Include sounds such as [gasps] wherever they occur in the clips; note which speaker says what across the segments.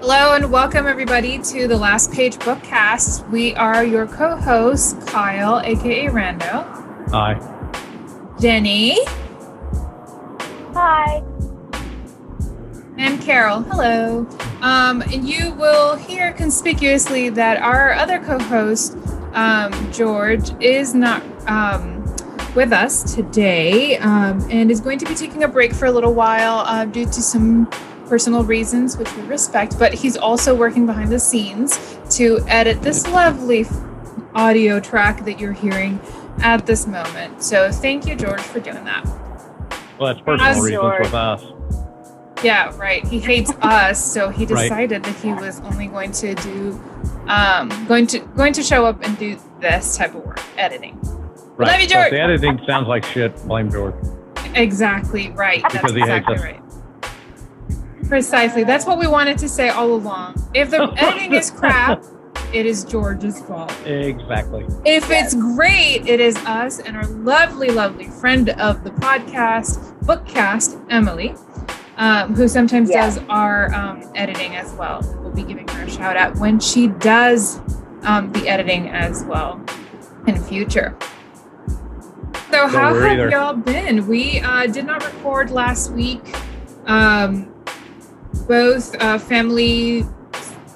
Speaker 1: Hello and welcome everybody to the Last Page Bookcast. We are your co-hosts, Kyle, aka Rando,
Speaker 2: Aye.
Speaker 1: Jenny,
Speaker 3: Hi.
Speaker 1: and Carol. Hello. Um, and you will hear conspicuously that our other co-host, um, George, is not um, with us today um, and is going to be taking a break for a little while uh, due to some personal reasons, which we respect. But he's also working behind the scenes to edit this lovely audio track that you're hearing at this moment. So thank you, George, for doing that.
Speaker 2: Well, that's personal
Speaker 1: How's
Speaker 2: reasons
Speaker 3: yours?
Speaker 2: with us.
Speaker 1: Yeah, right. He
Speaker 2: [laughs]
Speaker 1: hates us, so he
Speaker 2: Right.
Speaker 1: decided that he was only going to do um going to going to show up and do this type of work, editing.
Speaker 2: Right.
Speaker 1: Love you,
Speaker 2: So if
Speaker 1: George.
Speaker 2: the editing sounds like shit. Blame George.
Speaker 1: Exactly right. That's
Speaker 2: Because he hates
Speaker 1: exactly
Speaker 2: us.
Speaker 1: right. Precisely. That's what we wanted to say all along. If
Speaker 2: [laughs]
Speaker 1: the editing is crap, it is George's fault.
Speaker 2: Exactly.
Speaker 1: If
Speaker 3: Yes.
Speaker 1: it's great, it is us and our lovely, lovely friend of the podcast, Bookcast, Emily, um, who sometimes
Speaker 3: Yeah.
Speaker 1: does our um, editing as well. We'll be giving her a shout out when she does um, the editing as well in future. So, how
Speaker 2: worry
Speaker 1: have
Speaker 2: there.
Speaker 1: y'all been? We uh, did not record last week. Um, both uh, family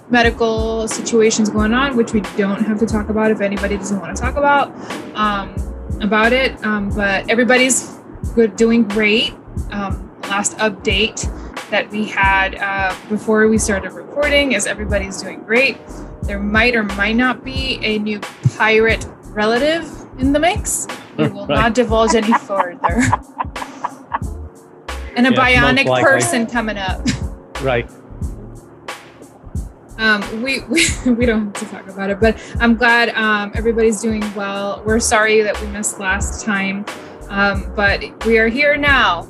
Speaker 1: medical situations going on, which we don't have to talk about if anybody doesn't want to talk about um, about it. Um, but everybody's good, doing great. Um, last update that we had uh, before we started recording is everybody's doing great. There might or might not be a new pirate relative in the mix.
Speaker 2: [laughs]
Speaker 1: We will
Speaker 2: Right.
Speaker 1: not divulge any further.
Speaker 2: [laughs]
Speaker 1: And a
Speaker 2: Yes, most
Speaker 1: bionic
Speaker 2: likely.
Speaker 1: person coming up.
Speaker 2: Right.
Speaker 1: Um, we, [laughs] we we don't have to talk about it, but I'm glad um, everybody's doing well. We're sorry that we missed last time, um, but we are here now.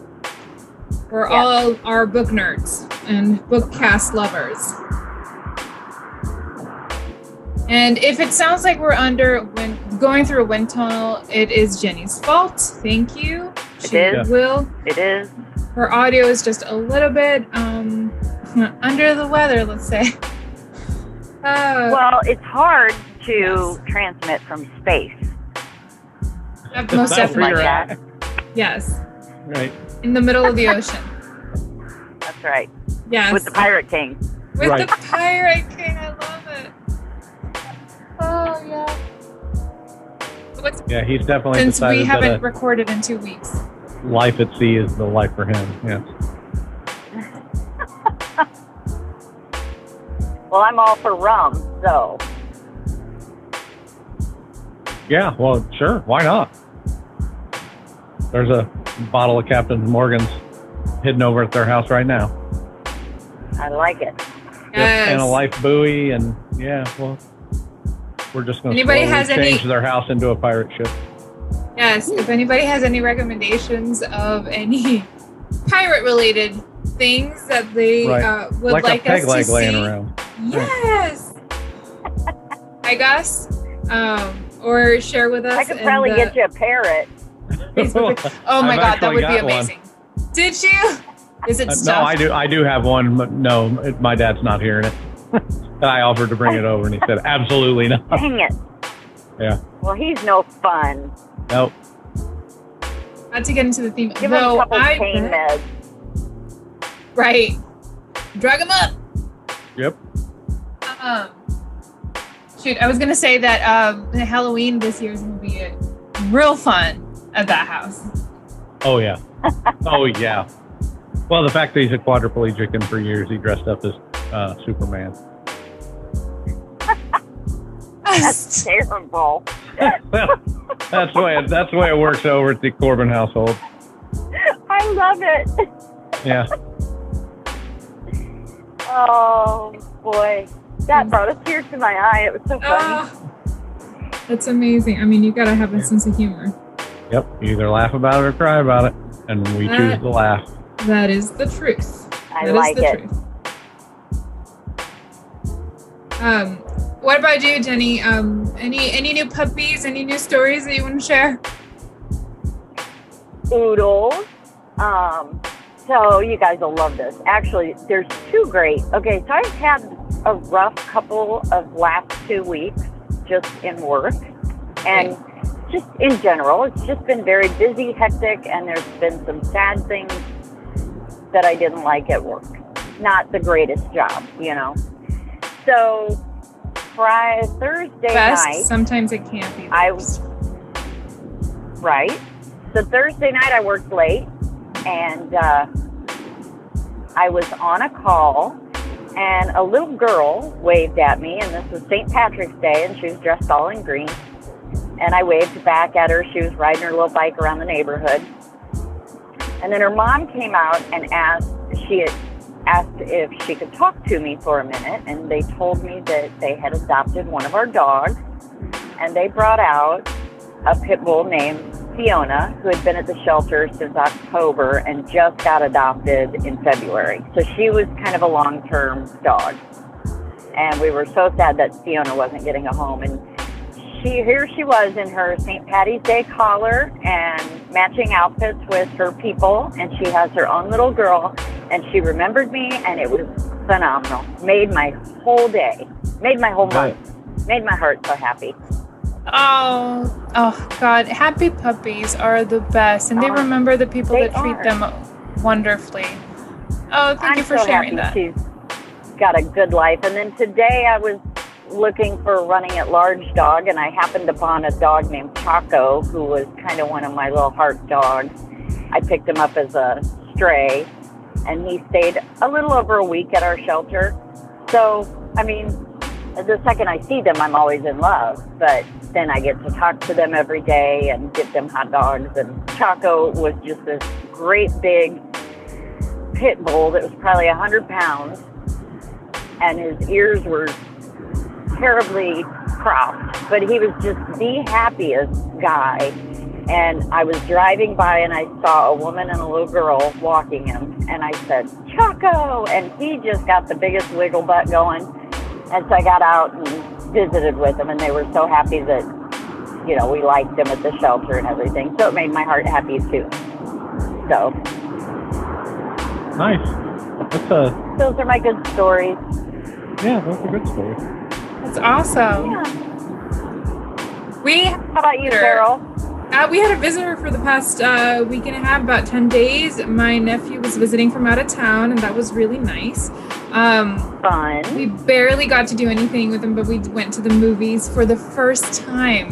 Speaker 1: We're
Speaker 3: Yeah.
Speaker 1: all our book nerds and bookcast lovers. And if it sounds like we're under when going through a wind tunnel, it is Jenny's fault. Thank you.
Speaker 3: It
Speaker 1: She
Speaker 3: is.
Speaker 1: will
Speaker 3: It is.
Speaker 1: her audio is just a little bit um under the weather let's say [laughs] uh,
Speaker 3: Well, it's hard to transmit from space.
Speaker 1: most
Speaker 2: That's
Speaker 3: Something
Speaker 2: where
Speaker 1: definitely
Speaker 3: like
Speaker 2: you're at.
Speaker 3: that.
Speaker 1: yes
Speaker 2: Right.
Speaker 1: in the middle
Speaker 3: [laughs]
Speaker 1: of the ocean
Speaker 3: That's right.
Speaker 1: yes
Speaker 3: With the Pirate King.
Speaker 1: With
Speaker 2: Right.
Speaker 1: the pirate king i love it oh yeah What's,
Speaker 2: Yeah, he's definitely
Speaker 1: since we
Speaker 2: decided
Speaker 1: haven't
Speaker 2: that uh,
Speaker 1: recorded in two weeks
Speaker 2: a life at sea is the life for him. Yeah.
Speaker 3: Well, I'm all for rum, so
Speaker 2: Yeah. Well, sure. Why not? There's a bottle of Captain Morgan's hidden over at their house right now.
Speaker 3: I like it.
Speaker 2: Yep, And a life buoy, and yeah. Well, we're just going to
Speaker 1: Anybody has any-
Speaker 2: change their house into a pirate ship.
Speaker 1: Yes, if anybody has any recommendations of any [laughs] pirate related things that they
Speaker 2: Right.
Speaker 1: uh, would
Speaker 2: like,
Speaker 1: like,
Speaker 2: a peg
Speaker 1: us
Speaker 2: leg
Speaker 1: to
Speaker 2: laying
Speaker 1: see,
Speaker 2: around.
Speaker 1: yes, [laughs] I guess, um, or share with us.
Speaker 3: I could
Speaker 1: in
Speaker 3: probably
Speaker 1: the
Speaker 3: get you a parrot.
Speaker 2: [laughs]
Speaker 1: Facebook- Oh my
Speaker 2: I've
Speaker 1: god, that
Speaker 2: actually
Speaker 1: would be
Speaker 2: got one.
Speaker 1: amazing. Did you? Is [laughs] it
Speaker 2: Uh, no, I
Speaker 1: stuffed?
Speaker 2: do. I do have one. But no, it, my dad's not hearing it. and I offered to bring it over, and he said, "Absolutely not.
Speaker 3: Dang it.
Speaker 2: Yeah.
Speaker 3: Well, he's no fun.
Speaker 2: Nope.
Speaker 1: Not to get into the theme.
Speaker 3: Give him
Speaker 1: though
Speaker 3: a couple
Speaker 1: I
Speaker 3: pain
Speaker 1: bet-
Speaker 3: meds.
Speaker 1: right, drug him up.
Speaker 2: Yep.
Speaker 1: Um, shoot, I was gonna say that um, the Halloween this year is gonna be uh, real fun at that house.
Speaker 2: Oh yeah. oh yeah. Well, the fact that he's a quadriplegic and for years he dressed up as uh, Superman. [laughs]
Speaker 1: [laughs]
Speaker 3: That's terrible.
Speaker 2: that's the way. It, that's the way it works over at the Corbin household.
Speaker 3: I love it.
Speaker 2: Yeah.
Speaker 3: Oh, boy.
Speaker 1: Mm.
Speaker 3: That brought a tear to my eye. It was so funny.
Speaker 1: Ah, that's amazing. I mean, you gotta have a sense of humor.
Speaker 2: Yep. You either laugh about it or cry about it, and we choose to laugh.
Speaker 1: That is the truth.
Speaker 3: I
Speaker 1: That is
Speaker 3: like
Speaker 1: the
Speaker 3: it.
Speaker 1: truth. Um, what about you, Jenny? Um, any any new puppies? Any new stories that you want to share?
Speaker 3: Oodles. Um, So you guys will love this. Actually, there's two great. Okay, so I've had a rough couple of last two weeks just in work and just in general. It's just been very busy, hectic, and there's been some sad things that I didn't like at work. Not the greatest job, you know. So Friday, Thursday
Speaker 1: Best.
Speaker 3: night.
Speaker 1: Sometimes it can't be. the
Speaker 3: I-
Speaker 1: worst.
Speaker 3: Right. So Thursday night I worked late and uh, I was on a call and a little girl waved at me and this was St. Patrick's Day and she was dressed all in green and I waved back at her. She was riding her little bike around the neighborhood. And then her mom came out and asked she had asked if she could talk to me for a minute and they told me that they had adopted one of our dogs and they brought out a pit bull named Fiona, who had been at the shelter since October and just got adopted in February. So she was kind of a long term dog. And we were so sad that Fiona wasn't getting a home. And she here she was in her St. Patty's Day collar and matching outfits with her people. And she has her own little girl. And she remembered me, and it was phenomenal. Made my whole day, made my whole
Speaker 2: Right.
Speaker 3: month, made my heart so happy.
Speaker 1: Oh, oh God! Happy puppies are the best, and they
Speaker 3: Oh,
Speaker 1: remember the people
Speaker 3: they
Speaker 1: that treat
Speaker 3: are.
Speaker 1: them wonderfully. Oh, thank
Speaker 3: I'm
Speaker 1: you for
Speaker 3: so
Speaker 1: sharing that.
Speaker 3: happy She's got a good life. And then today I was looking for a running at large dog and I happened upon a dog named Taco who was kind of one of my little heart dogs. I picked him up as a stray and he stayed a little over a week at our shelter. So, I mean, the second I see them, I'm always in love, but then I get to talk to them every day and get them hot dogs. And Taco was just this great big pit bull that was probably 100 pounds, and his ears were terribly cropped, but he was just the happiest guy. And I was driving by and I saw a woman and a little girl walking him, and I said, Choco! And he just got the biggest wiggle butt going. And so I got out and visited with them, and they were so happy that, you know, we liked them at the shelter and everything. So it made my heart happy too. So
Speaker 2: Nice. That's a
Speaker 3: those are my good stories.
Speaker 2: yeah. That's a good story.
Speaker 1: That's awesome.
Speaker 3: Yeah.
Speaker 1: We
Speaker 3: How about you,
Speaker 1: Sure.
Speaker 3: Carol?
Speaker 1: uh, we had a visitor for the past uh, week and a half, about ten days. My nephew was visiting from out of town, and that was really nice. Um,
Speaker 3: Fun.
Speaker 1: We barely got to do anything with them, but we went to the movies for the first time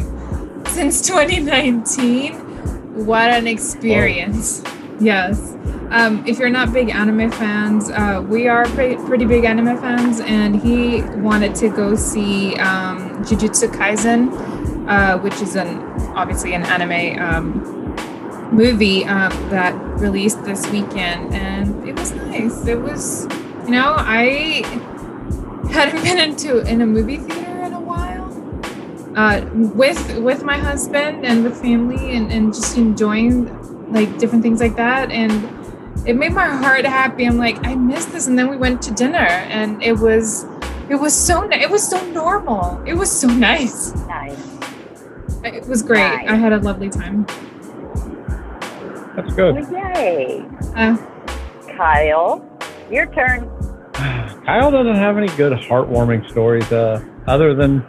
Speaker 1: since 2019. What an experience! Oh. Yes. Um, if you're not big anime fans, uh, we are pretty, pretty big anime fans, and he wanted to go see um, Jujutsu Kaisen, uh, which is an obviously an anime um, movie um, that released this weekend, and it was nice. It was, you know, I hadn't been into in a movie theater in a while uh, with with my husband and with family and, and just enjoying like different things like that and it made my heart happy i'm like i missed this and then we went to dinner and it was it was so ni- it was so normal it was so [laughs] nice
Speaker 3: Nice. [laughs]
Speaker 1: it was great
Speaker 3: Nice.
Speaker 1: i had a lovely time
Speaker 2: That's good.
Speaker 3: Well, Oh, yay.
Speaker 1: uh,
Speaker 3: Kyle, your turn.
Speaker 2: [sighs] Kyle doesn't have any good heartwarming stories, uh, other than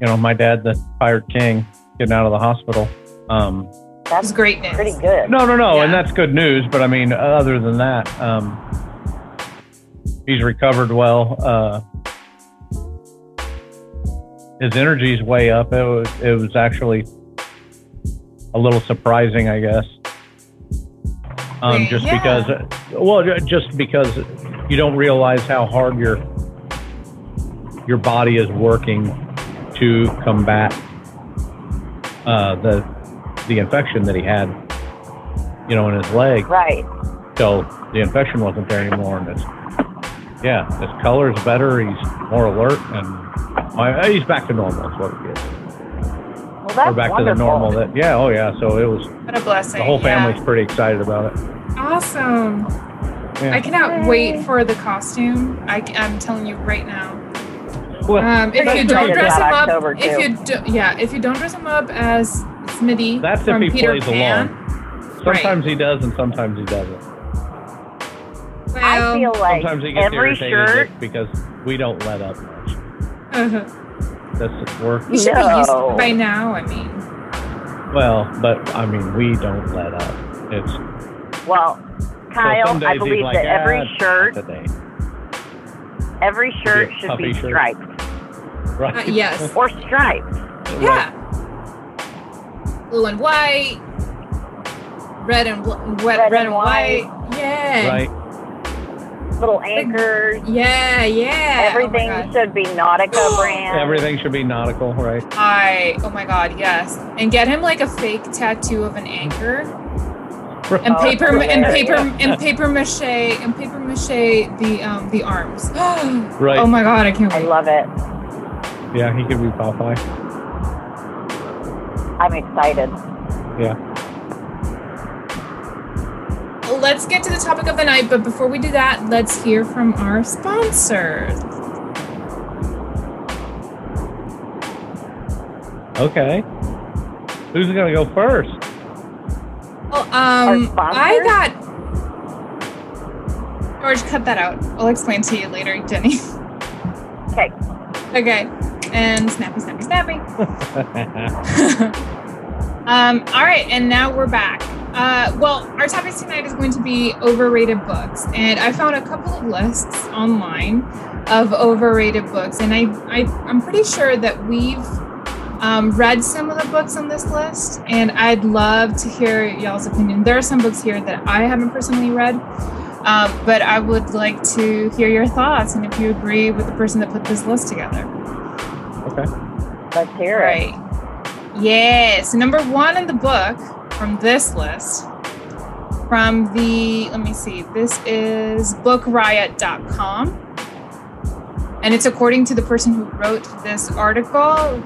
Speaker 2: you know my dad, the fired king, getting out of the hospital. Um,
Speaker 1: it was
Speaker 3: That's
Speaker 1: great news
Speaker 3: pretty good.
Speaker 2: no, no, no, and
Speaker 1: Yeah.
Speaker 2: that's good news. But I mean, other than that, um, he's recovered well. Uh, his energy's way up. It was, it was actually a little surprising, I guess. Um, just
Speaker 1: Yeah.
Speaker 2: because, well, ju- just because you don't realize how hard your your body is working to combat uh, the the infection that he had, you know, in his leg
Speaker 3: Right.
Speaker 2: so the infection wasn't there anymore. And it's, yeah, his color's better. He's more alert, and my, he's back to normal. Is what it is.
Speaker 3: Well, that's
Speaker 2: We're back
Speaker 3: wonderful.
Speaker 2: to the normal. That yeah, oh yeah. So it was
Speaker 1: what a blessing
Speaker 2: the whole
Speaker 1: yeah.
Speaker 2: family's pretty excited about it.
Speaker 1: awesome
Speaker 2: Yeah.
Speaker 1: i cannot
Speaker 3: Yay.
Speaker 1: wait for the costume I, i'm telling you right now
Speaker 2: Well,
Speaker 1: Um, if
Speaker 3: Pretty
Speaker 1: you don't
Speaker 3: excited
Speaker 1: dress him
Speaker 3: about
Speaker 1: up,
Speaker 3: October,
Speaker 1: if
Speaker 3: too.
Speaker 1: you do, yeah, if you don't dress him up as Smitty
Speaker 2: That's if
Speaker 1: from
Speaker 2: he
Speaker 1: Peter
Speaker 2: plays
Speaker 1: Pan,
Speaker 2: along. sometimes he does, and sometimes he doesn't.
Speaker 3: I feel like
Speaker 2: Sometimes they get
Speaker 3: every
Speaker 2: irritated
Speaker 3: shirt.
Speaker 2: that- because we don't let up much.
Speaker 1: uh-huh.
Speaker 2: That's we're
Speaker 1: you should be used to
Speaker 3: No.
Speaker 1: it by now. I mean,
Speaker 2: well, but I mean we don't let up. It's
Speaker 3: Well,
Speaker 2: so some
Speaker 3: Kyle,
Speaker 2: days
Speaker 3: I
Speaker 2: he's
Speaker 3: believe
Speaker 2: like,
Speaker 3: that every
Speaker 2: "Ah,
Speaker 3: shirt,
Speaker 2: today, [laughs]
Speaker 3: every shirt
Speaker 2: a
Speaker 3: should
Speaker 2: puffy
Speaker 3: be
Speaker 2: shirt.
Speaker 3: striped
Speaker 2: right?
Speaker 1: uh,
Speaker 3: [laughs]
Speaker 1: yes,
Speaker 3: or striped.
Speaker 2: Right.
Speaker 1: yeah, blue and white, red and bl- wet,
Speaker 3: Red
Speaker 1: red, and
Speaker 3: and
Speaker 1: white. Yeah,
Speaker 2: Right.
Speaker 3: Little anchors.
Speaker 1: yeah, yeah.
Speaker 3: Everything
Speaker 1: Oh my God.
Speaker 3: should be
Speaker 1: [gasps]
Speaker 3: Nautica brand.
Speaker 2: Everything should be nautical, right?
Speaker 1: I oh my god, yes. And get him like a fake tattoo of an anchor. and
Speaker 3: Oh,
Speaker 1: paper
Speaker 3: that's
Speaker 1: and
Speaker 3: hilarious.
Speaker 1: paper and paper mache and paper mache the um the arms. [gasps] oh
Speaker 2: Right.
Speaker 1: my god, I can't
Speaker 3: I
Speaker 1: wait.
Speaker 3: love it.
Speaker 2: yeah, he could be Popeye.
Speaker 3: I'm excited.
Speaker 1: Let's get to the topic of the night, but before we do that, let's hear from our sponsors.
Speaker 2: Okay. Who's gonna go first? [laughs]
Speaker 1: Well, um,
Speaker 3: Our
Speaker 1: I got George. Cut that out. I'll explain to you later, Jenny. [laughs]
Speaker 3: Okay.
Speaker 1: Okay. And snappy, snappy, snappy. um, all right, and now we're back. Uh, well, our topic tonight is going to be overrated books, and I found a couple of lists online of overrated books, and I, I I'm pretty sure that we've um, read some of the books on this list, and I'd love to hear y'all's opinion. There are some books here that I haven't personally read, um, but I would like to hear your thoughts and if you agree with the person that put this list together.
Speaker 2: okay.
Speaker 1: Oh,
Speaker 3: Let's hear it.
Speaker 1: Right. Yes. Number one in the book from this list, from the, let me see, this is bookriot.com. And it's according to the person who wrote this article.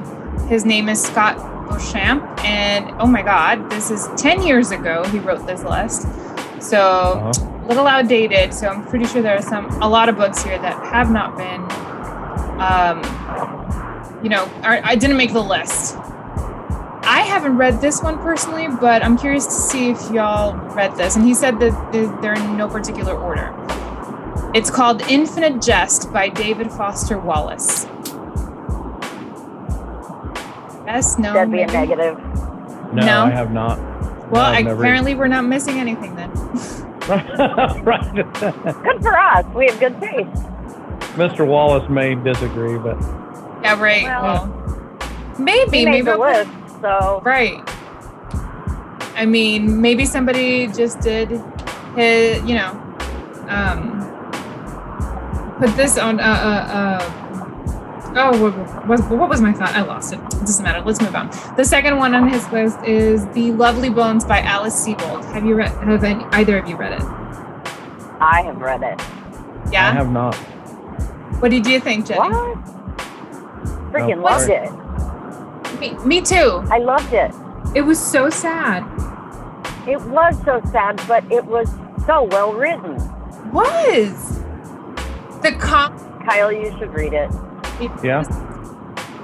Speaker 1: His name is Scott Beauchamp. And oh my God, this is 10 years ago he wrote this list. So
Speaker 2: Uh-huh.
Speaker 1: little outdated so i'm pretty sure there are some a lot of books here that have not been um, you know are, i didn't make the list i haven't read this one personally but i'm curious to see if y'all read this and he said that th- they're in no particular order it's called infinite jest by david foster wallace best known
Speaker 3: That'd be a
Speaker 1: maybe?
Speaker 3: negative.
Speaker 2: No,
Speaker 1: No.
Speaker 2: I have not.
Speaker 1: well
Speaker 2: No, I've never-
Speaker 1: apparently we're not missing anything then
Speaker 2: [laughs] right.
Speaker 3: Good for us. We have good taste.
Speaker 2: Mr. Wallace may disagree, but
Speaker 1: yeah right
Speaker 3: Well,
Speaker 1: well, maybe
Speaker 3: We made
Speaker 1: maybe
Speaker 3: the
Speaker 1: I'll put-
Speaker 3: list, so
Speaker 1: Right. I mean, maybe somebody just did his, you know, um, put this on. Uh, uh, uh, oh, what, what, what was my thought? I lost it. It doesn't matter. Let's move on. The second one on his list is "The Lovely Bones" by Alice Sebold. Have you read? Have any, either of you read it?
Speaker 3: I have read it.
Speaker 2: I
Speaker 1: Yeah.
Speaker 2: have not.
Speaker 1: What did you think, Jenny?
Speaker 3: What? Freaking
Speaker 2: Oh,
Speaker 3: loved
Speaker 2: sorry.
Speaker 3: it.
Speaker 1: Me, me too.
Speaker 3: I loved it.
Speaker 1: It was so sad.
Speaker 3: It was so sad, but it was so well written.
Speaker 1: Was the cop
Speaker 3: Kyle, you should read it.
Speaker 2: Yeah.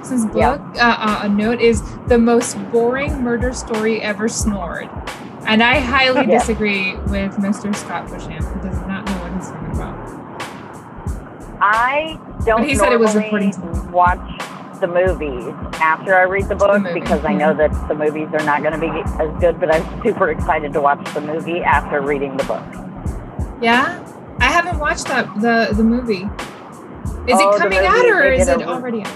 Speaker 1: This book,
Speaker 3: Yeah.
Speaker 1: uh, uh, a note is the most boring murder story ever snored. And I highly
Speaker 3: [laughs] Yeah.
Speaker 1: disagree with Mr. Scott Busham, who does not know what he's talking about.
Speaker 3: I don't
Speaker 1: But he said it was
Speaker 3: normally
Speaker 1: according
Speaker 3: watch the movies after I read the book
Speaker 1: movie,
Speaker 3: because I know that the movies are not going to be as good, but I'm super excited to watch the movie after reading the book.
Speaker 1: Yeah? I haven't watched that the, the movie. Is
Speaker 3: Oh, the
Speaker 1: it coming
Speaker 3: movie,
Speaker 1: out or
Speaker 3: they
Speaker 1: is
Speaker 3: did
Speaker 1: it
Speaker 3: a-
Speaker 1: already out?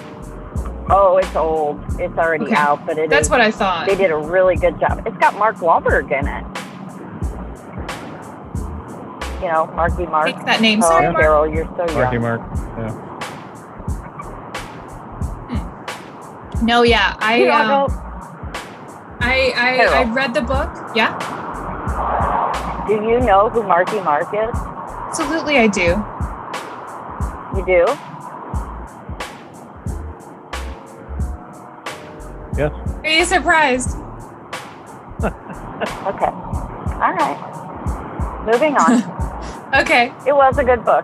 Speaker 3: Oh, it's old. It's already
Speaker 1: Okay.
Speaker 3: out, but it
Speaker 1: That's
Speaker 3: is-
Speaker 1: what I thought.
Speaker 3: they did a really good job. It's got Mark Wahlberg in it. You know, Marky Mark.
Speaker 1: Take that name.
Speaker 3: Oh,
Speaker 1: Sorry, Mark.
Speaker 3: Carol, you're so young.
Speaker 2: Marky Mark. Yeah.
Speaker 1: No, yeah. I,
Speaker 3: You
Speaker 1: um,
Speaker 3: all
Speaker 1: I, I,
Speaker 3: Carol.
Speaker 1: I read the book. Yeah?
Speaker 3: know- do you know who Marky Mark is?
Speaker 1: Absolutely, I do.
Speaker 3: You do?
Speaker 2: Yes.
Speaker 1: Are you surprised?
Speaker 3: Okay. All right. Moving on.
Speaker 1: [laughs] Okay.
Speaker 3: It was a good book.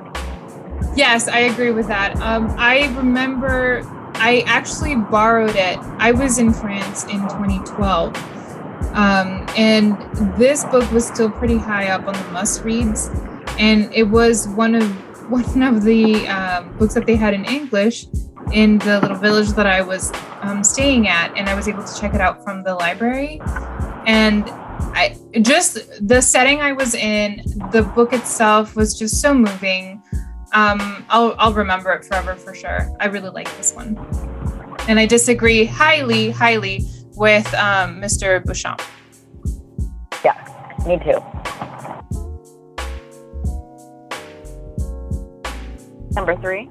Speaker 1: Yes, I agree with that. Um, I remember I actually borrowed it. I was in France in 2012. Um, and this book was still pretty high up on the must reads. and it was one of [laughs] one of the um, books that they had in English in the little village that I was um, staying at, and I was able to check it out from the library. And I just the setting I was in, the book itself was just so moving. Um, I'll I'll remember it forever for sure. I really like this one, and I disagree highly, highly with um, Mr. Bouchamp.
Speaker 3: Yeah, me too. Number three.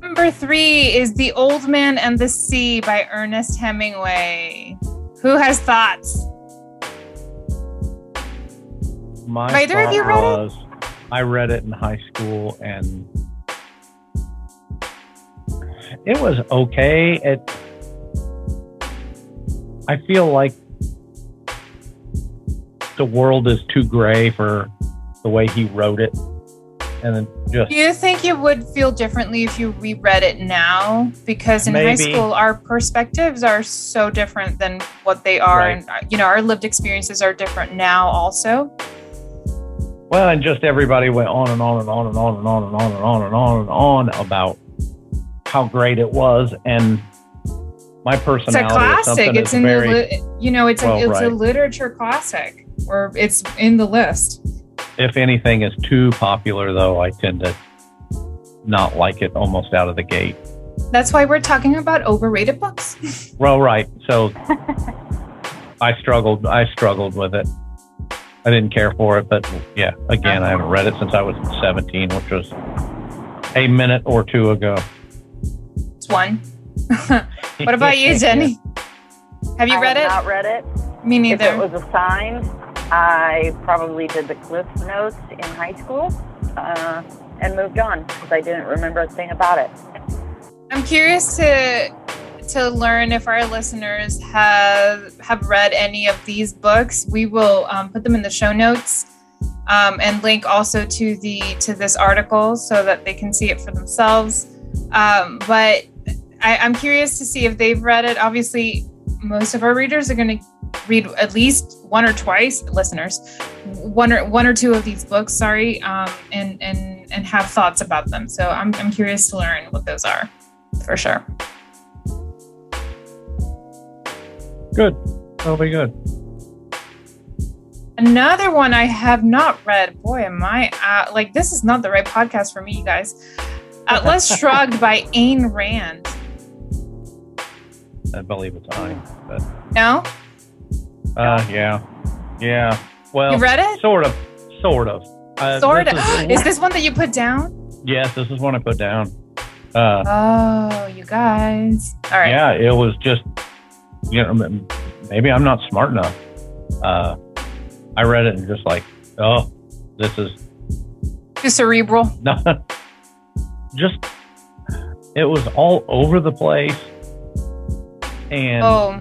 Speaker 1: Number three is The Old Man and the Sea by Ernest Hemingway. Who has thoughts?
Speaker 2: My
Speaker 1: Have either of
Speaker 2: thought
Speaker 1: you read it?
Speaker 2: was, I read it in high school and it was okay. It I feel like the world is too gray for the way he wrote it. And it just
Speaker 1: Do you think you would feel differently if you reread it now? Because in high
Speaker 2: Maybe.
Speaker 1: school, our perspectives are so different than what they are,
Speaker 2: Right.
Speaker 1: and uh, you know, our lived experiences are different now. Also,
Speaker 2: Well, and just everybody went on and on and on and on and on and on and on and on and on about how great it was, and my
Speaker 1: it's a
Speaker 2: personality. is
Speaker 1: classic. It's
Speaker 2: something that's
Speaker 1: in
Speaker 2: very
Speaker 1: the li- you know, it's
Speaker 2: well,
Speaker 1: a it's a
Speaker 2: right.
Speaker 1: literature classic, or it's in the list.
Speaker 2: if anything is too popular though i tend to not like it almost out of the gate
Speaker 1: That's why we're talking about overrated books.
Speaker 2: well right
Speaker 1: [laughs]
Speaker 2: so i struggled i struggled with it i didn't care for it but yeah again i haven't read it since i was 17 which was a minute or two ago
Speaker 1: it's one. what about
Speaker 2: [laughs]
Speaker 1: you, Jenny? Have you
Speaker 3: I
Speaker 1: read
Speaker 3: have
Speaker 1: it?
Speaker 3: Not read it.
Speaker 1: Me neither.
Speaker 3: If it was assigned, I probably did the Cliff Notes in high school uh, and moved on because I didn't remember a thing about it.
Speaker 1: I'm curious to to learn if our listeners have have read any of these books. We will um, put them in the show notes um, and link also to the to this article so that they can see it for themselves. Um, but I, I'm curious to see if they've read it. Obviously, most of our readers are going to read at least one or twice listeners one or one or two of these books sorry um, and and and have thoughts about them so I'm, I'm curious to learn what those are for sure
Speaker 2: good that'll be good
Speaker 1: another one i have not read boy am i uh, like this is not the right podcast for me you guys atlas
Speaker 2: [laughs]
Speaker 1: shrugged by ayn rand
Speaker 2: i believe it's time but
Speaker 1: no
Speaker 2: uh yeah yeah well
Speaker 1: you read it
Speaker 2: sort of sort of uh,
Speaker 1: sort of [gasps]
Speaker 2: this is-
Speaker 1: is this one that you put down
Speaker 2: [gasps] Yes, this is one I put down. Uh,
Speaker 1: oh you guys all right
Speaker 2: Yeah, it was just, you know, m- maybe I'm not smart enough. Uh, I read it and just like, oh, this is [laughs]
Speaker 1: too cerebral
Speaker 2: not. Just, it was all over the place, and
Speaker 1: Oh.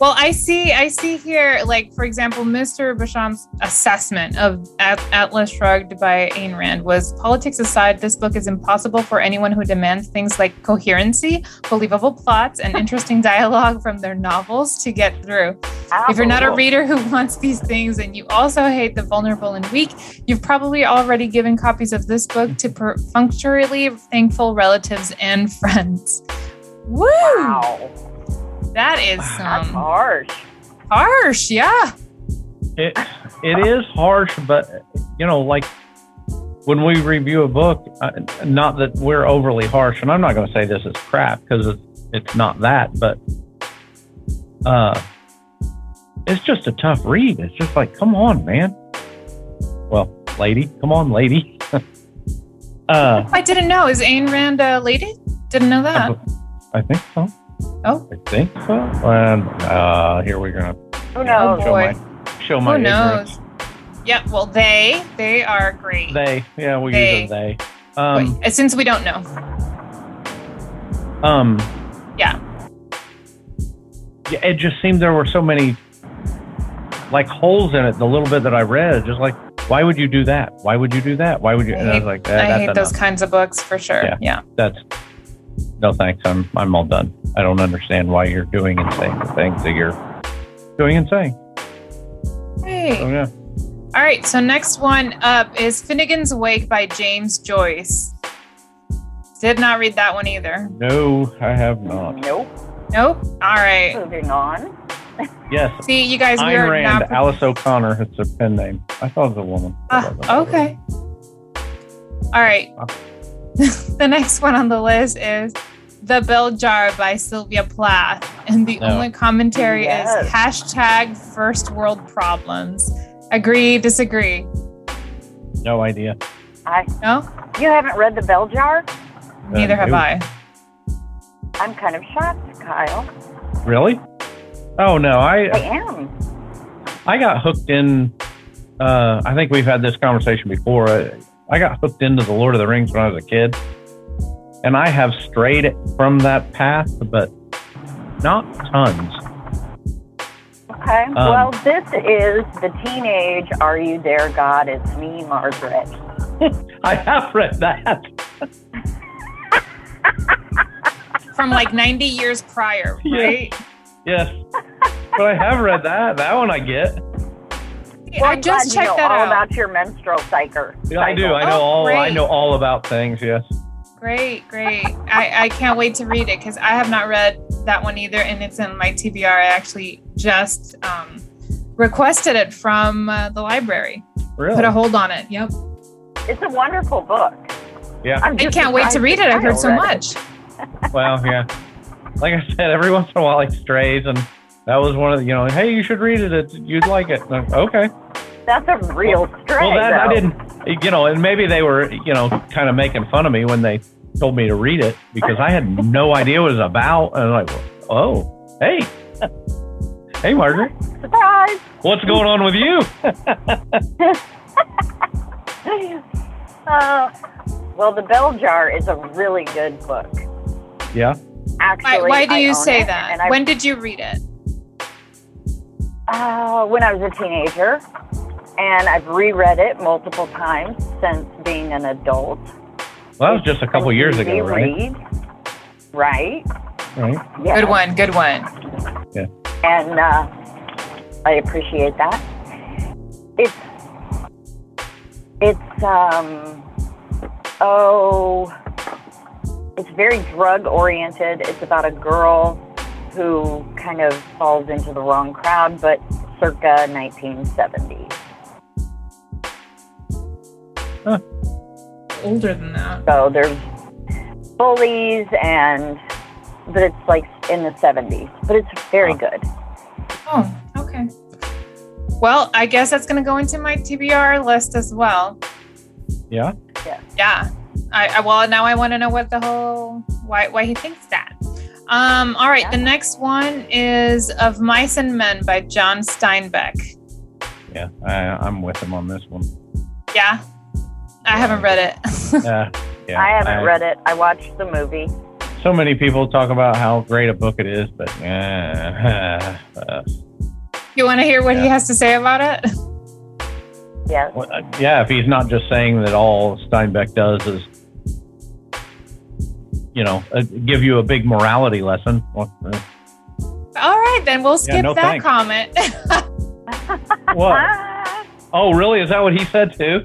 Speaker 1: Well, I see. I see here, like for example, Mr. Basham's assessment of At- Atlas Shrugged by Ayn Rand was: politics aside, this book is impossible for anyone who demands things like coherency, believable plots, and interesting dialogue from their novels to get through. If you're not a
Speaker 3: Ow.
Speaker 1: reader who wants these things and you also hate the vulnerable and weak, you've probably already given copies of this book to perfunctorily thankful relatives and friends. Woo!
Speaker 3: wow,
Speaker 1: That is
Speaker 3: that's
Speaker 1: um,
Speaker 3: harsh.
Speaker 1: harsh. Yeah.
Speaker 2: it it is harsh, but you know, like when we review a book, uh, not that we're overly harsh, and I'm not going to say this is crap because it's, it's not that, but uh, it's just a tough read. It's just like, come on, man. Well, lady, come on, lady. [laughs] uh,
Speaker 1: I didn't know. Is Ayn Rand a lady? Didn't know
Speaker 2: I
Speaker 1: that.
Speaker 2: b- I think so.
Speaker 1: Oh.
Speaker 2: I think so. And uh, here we're gonna
Speaker 3: Who knows?
Speaker 1: Oh,
Speaker 2: show
Speaker 1: boy.
Speaker 2: my show my
Speaker 1: Who
Speaker 2: ignorance.
Speaker 1: knows? Yeah. Well, they they are great.
Speaker 2: They, yeah, we
Speaker 1: They.
Speaker 2: use a they. Um,
Speaker 1: Wait, uh, since we don't know.
Speaker 2: um,
Speaker 1: Yeah.
Speaker 2: yeah, it just seemed there were so many like holes in it. The little bit that I read, just like, why would you do that? Why would you do that? Why would you?
Speaker 1: I
Speaker 2: And I,
Speaker 1: hate-
Speaker 2: was like, eh,
Speaker 1: I
Speaker 2: that's
Speaker 1: hate those
Speaker 2: enough.
Speaker 1: kinds of books for sure.
Speaker 2: Yeah.
Speaker 1: yeah.
Speaker 2: That's no thanks. I'm I'm all done. I don't understand why you're doing and saying the things that you're doing and saying.
Speaker 1: Hey.
Speaker 2: So yeah,
Speaker 1: All right, so next one up is Finnegan's Wake by James Joyce. Did not read that one either.
Speaker 2: No, I have not.
Speaker 3: Nope.
Speaker 1: Nope. All right.
Speaker 3: Moving on.
Speaker 2: Yes.
Speaker 1: See, you guys, we
Speaker 2: Ayn
Speaker 1: are
Speaker 2: Rand,
Speaker 1: not.
Speaker 2: Alice O'Connor. It's her pen name. I thought it was a woman.
Speaker 1: Ah, okay. All right. [laughs] the next one on the list is The Bell Jar by Sylvia Plath. And the
Speaker 2: No.
Speaker 1: only commentary is
Speaker 3: Yes.
Speaker 1: hashtag first world problems. Agree, disagree.
Speaker 2: No idea.
Speaker 3: I.
Speaker 1: No?
Speaker 3: You haven't read the Bell Jar?
Speaker 1: Neither have
Speaker 2: no.
Speaker 1: I.
Speaker 3: I'm kind of shocked, Kyle.
Speaker 2: Really? Oh no,
Speaker 3: I
Speaker 2: I
Speaker 3: am.
Speaker 2: I got hooked in. Uh, I think we've had this conversation before. I, I got hooked into the Lord of the Rings when I was a kid, and I have strayed from that path, but not tons. [laughs]
Speaker 3: Okay.
Speaker 2: Um,
Speaker 3: well, this is the teenage Are You There, God? It's Me, Margaret.
Speaker 2: I have read that.
Speaker 1: From like 90 years
Speaker 3: [laughs]
Speaker 1: prior,
Speaker 2: Yeah.
Speaker 1: right?
Speaker 2: Yes, but I have read that. That one I get.
Speaker 1: See,
Speaker 3: Well,
Speaker 1: I
Speaker 3: I'm
Speaker 1: just
Speaker 3: glad you
Speaker 1: checked
Speaker 3: know
Speaker 1: that
Speaker 3: all
Speaker 1: out.
Speaker 3: about your menstrual cycle.
Speaker 2: Yeah, I do.
Speaker 3: cycle.
Speaker 2: I know
Speaker 1: Oh,
Speaker 2: all. I
Speaker 1: great.
Speaker 2: know all about things. Yes.
Speaker 1: Great, great. I, I can't wait to read it because I have not read that one either, and it's in my TBR. I actually just um, requested it from uh, the library.
Speaker 2: Really?
Speaker 1: Put a hold on it. Yep.
Speaker 3: It's a wonderful book.
Speaker 2: Yeah.
Speaker 3: I'm
Speaker 1: I
Speaker 3: just
Speaker 1: can't wait to
Speaker 3: surprised
Speaker 1: read it. I've heard so
Speaker 3: Kyle read
Speaker 1: much.
Speaker 2: well, yeah. Like I said, every once in a while it strays, and that was one of the, you know, hey, you should read it. It's, you'd like it. And I'm, okay.
Speaker 3: That's a real stray.
Speaker 2: well, that I
Speaker 3: though.
Speaker 2: didn't, you know, and maybe they were, you know, kind of making fun of me when they told me to read it because I had no idea what it was about. And I'm like, oh, hey, hey, Margaret,
Speaker 3: Surprise! [laughs]
Speaker 2: what's going on with you?
Speaker 3: Uh, well, The Bell Jar is a really good book.
Speaker 2: Yeah.
Speaker 1: Why,
Speaker 3: Actually,
Speaker 1: why do
Speaker 3: I
Speaker 1: you
Speaker 3: own
Speaker 1: say
Speaker 3: it,
Speaker 1: that?
Speaker 3: And I,
Speaker 1: when did you read it?
Speaker 3: uh, when I was a teenager, and I've reread it multiple times since being an adult.
Speaker 2: Well, that was just a couple years ago, right?
Speaker 3: Read, right?
Speaker 2: Right.
Speaker 3: Yeah.
Speaker 1: Good one. Good one.
Speaker 3: and uh, I appreciate that. It's it's um oh it's very drug oriented. It's about a girl who kind of falls into the wrong crowd, but circa 1970.
Speaker 1: Older than that.
Speaker 3: So there's bullies and but it's like in the 70s. But it's very good.
Speaker 1: Oh, okay. Well, I guess that's going to go into my TBR list as well.
Speaker 2: Yeah.
Speaker 1: Yeah. I, I well now I want to know what the whole why why he thinks that. Um all right, the next one is Of Mice and Men by John Steinbeck.
Speaker 2: Yeah. I, I'm with him on this one.
Speaker 1: Yeah. I haven't read it. [laughs]
Speaker 2: Uh, yeah.
Speaker 3: I haven't read it. I watched the movie.
Speaker 2: so many people talk about how great a book it is, but uh, [laughs] uh,
Speaker 1: you want to hear what he
Speaker 2: Yeah.
Speaker 1: has to say about it?
Speaker 3: Yes.
Speaker 2: well, uh, yeah, if he's not just saying that all Steinbeck does is, you know, uh, give you a big morality lesson. Well, uh,
Speaker 1: All right, then we'll skip
Speaker 2: no
Speaker 1: that
Speaker 2: thanks.
Speaker 1: comment.
Speaker 2: what?
Speaker 3: Ah.
Speaker 2: Oh, really? Is that what he said too?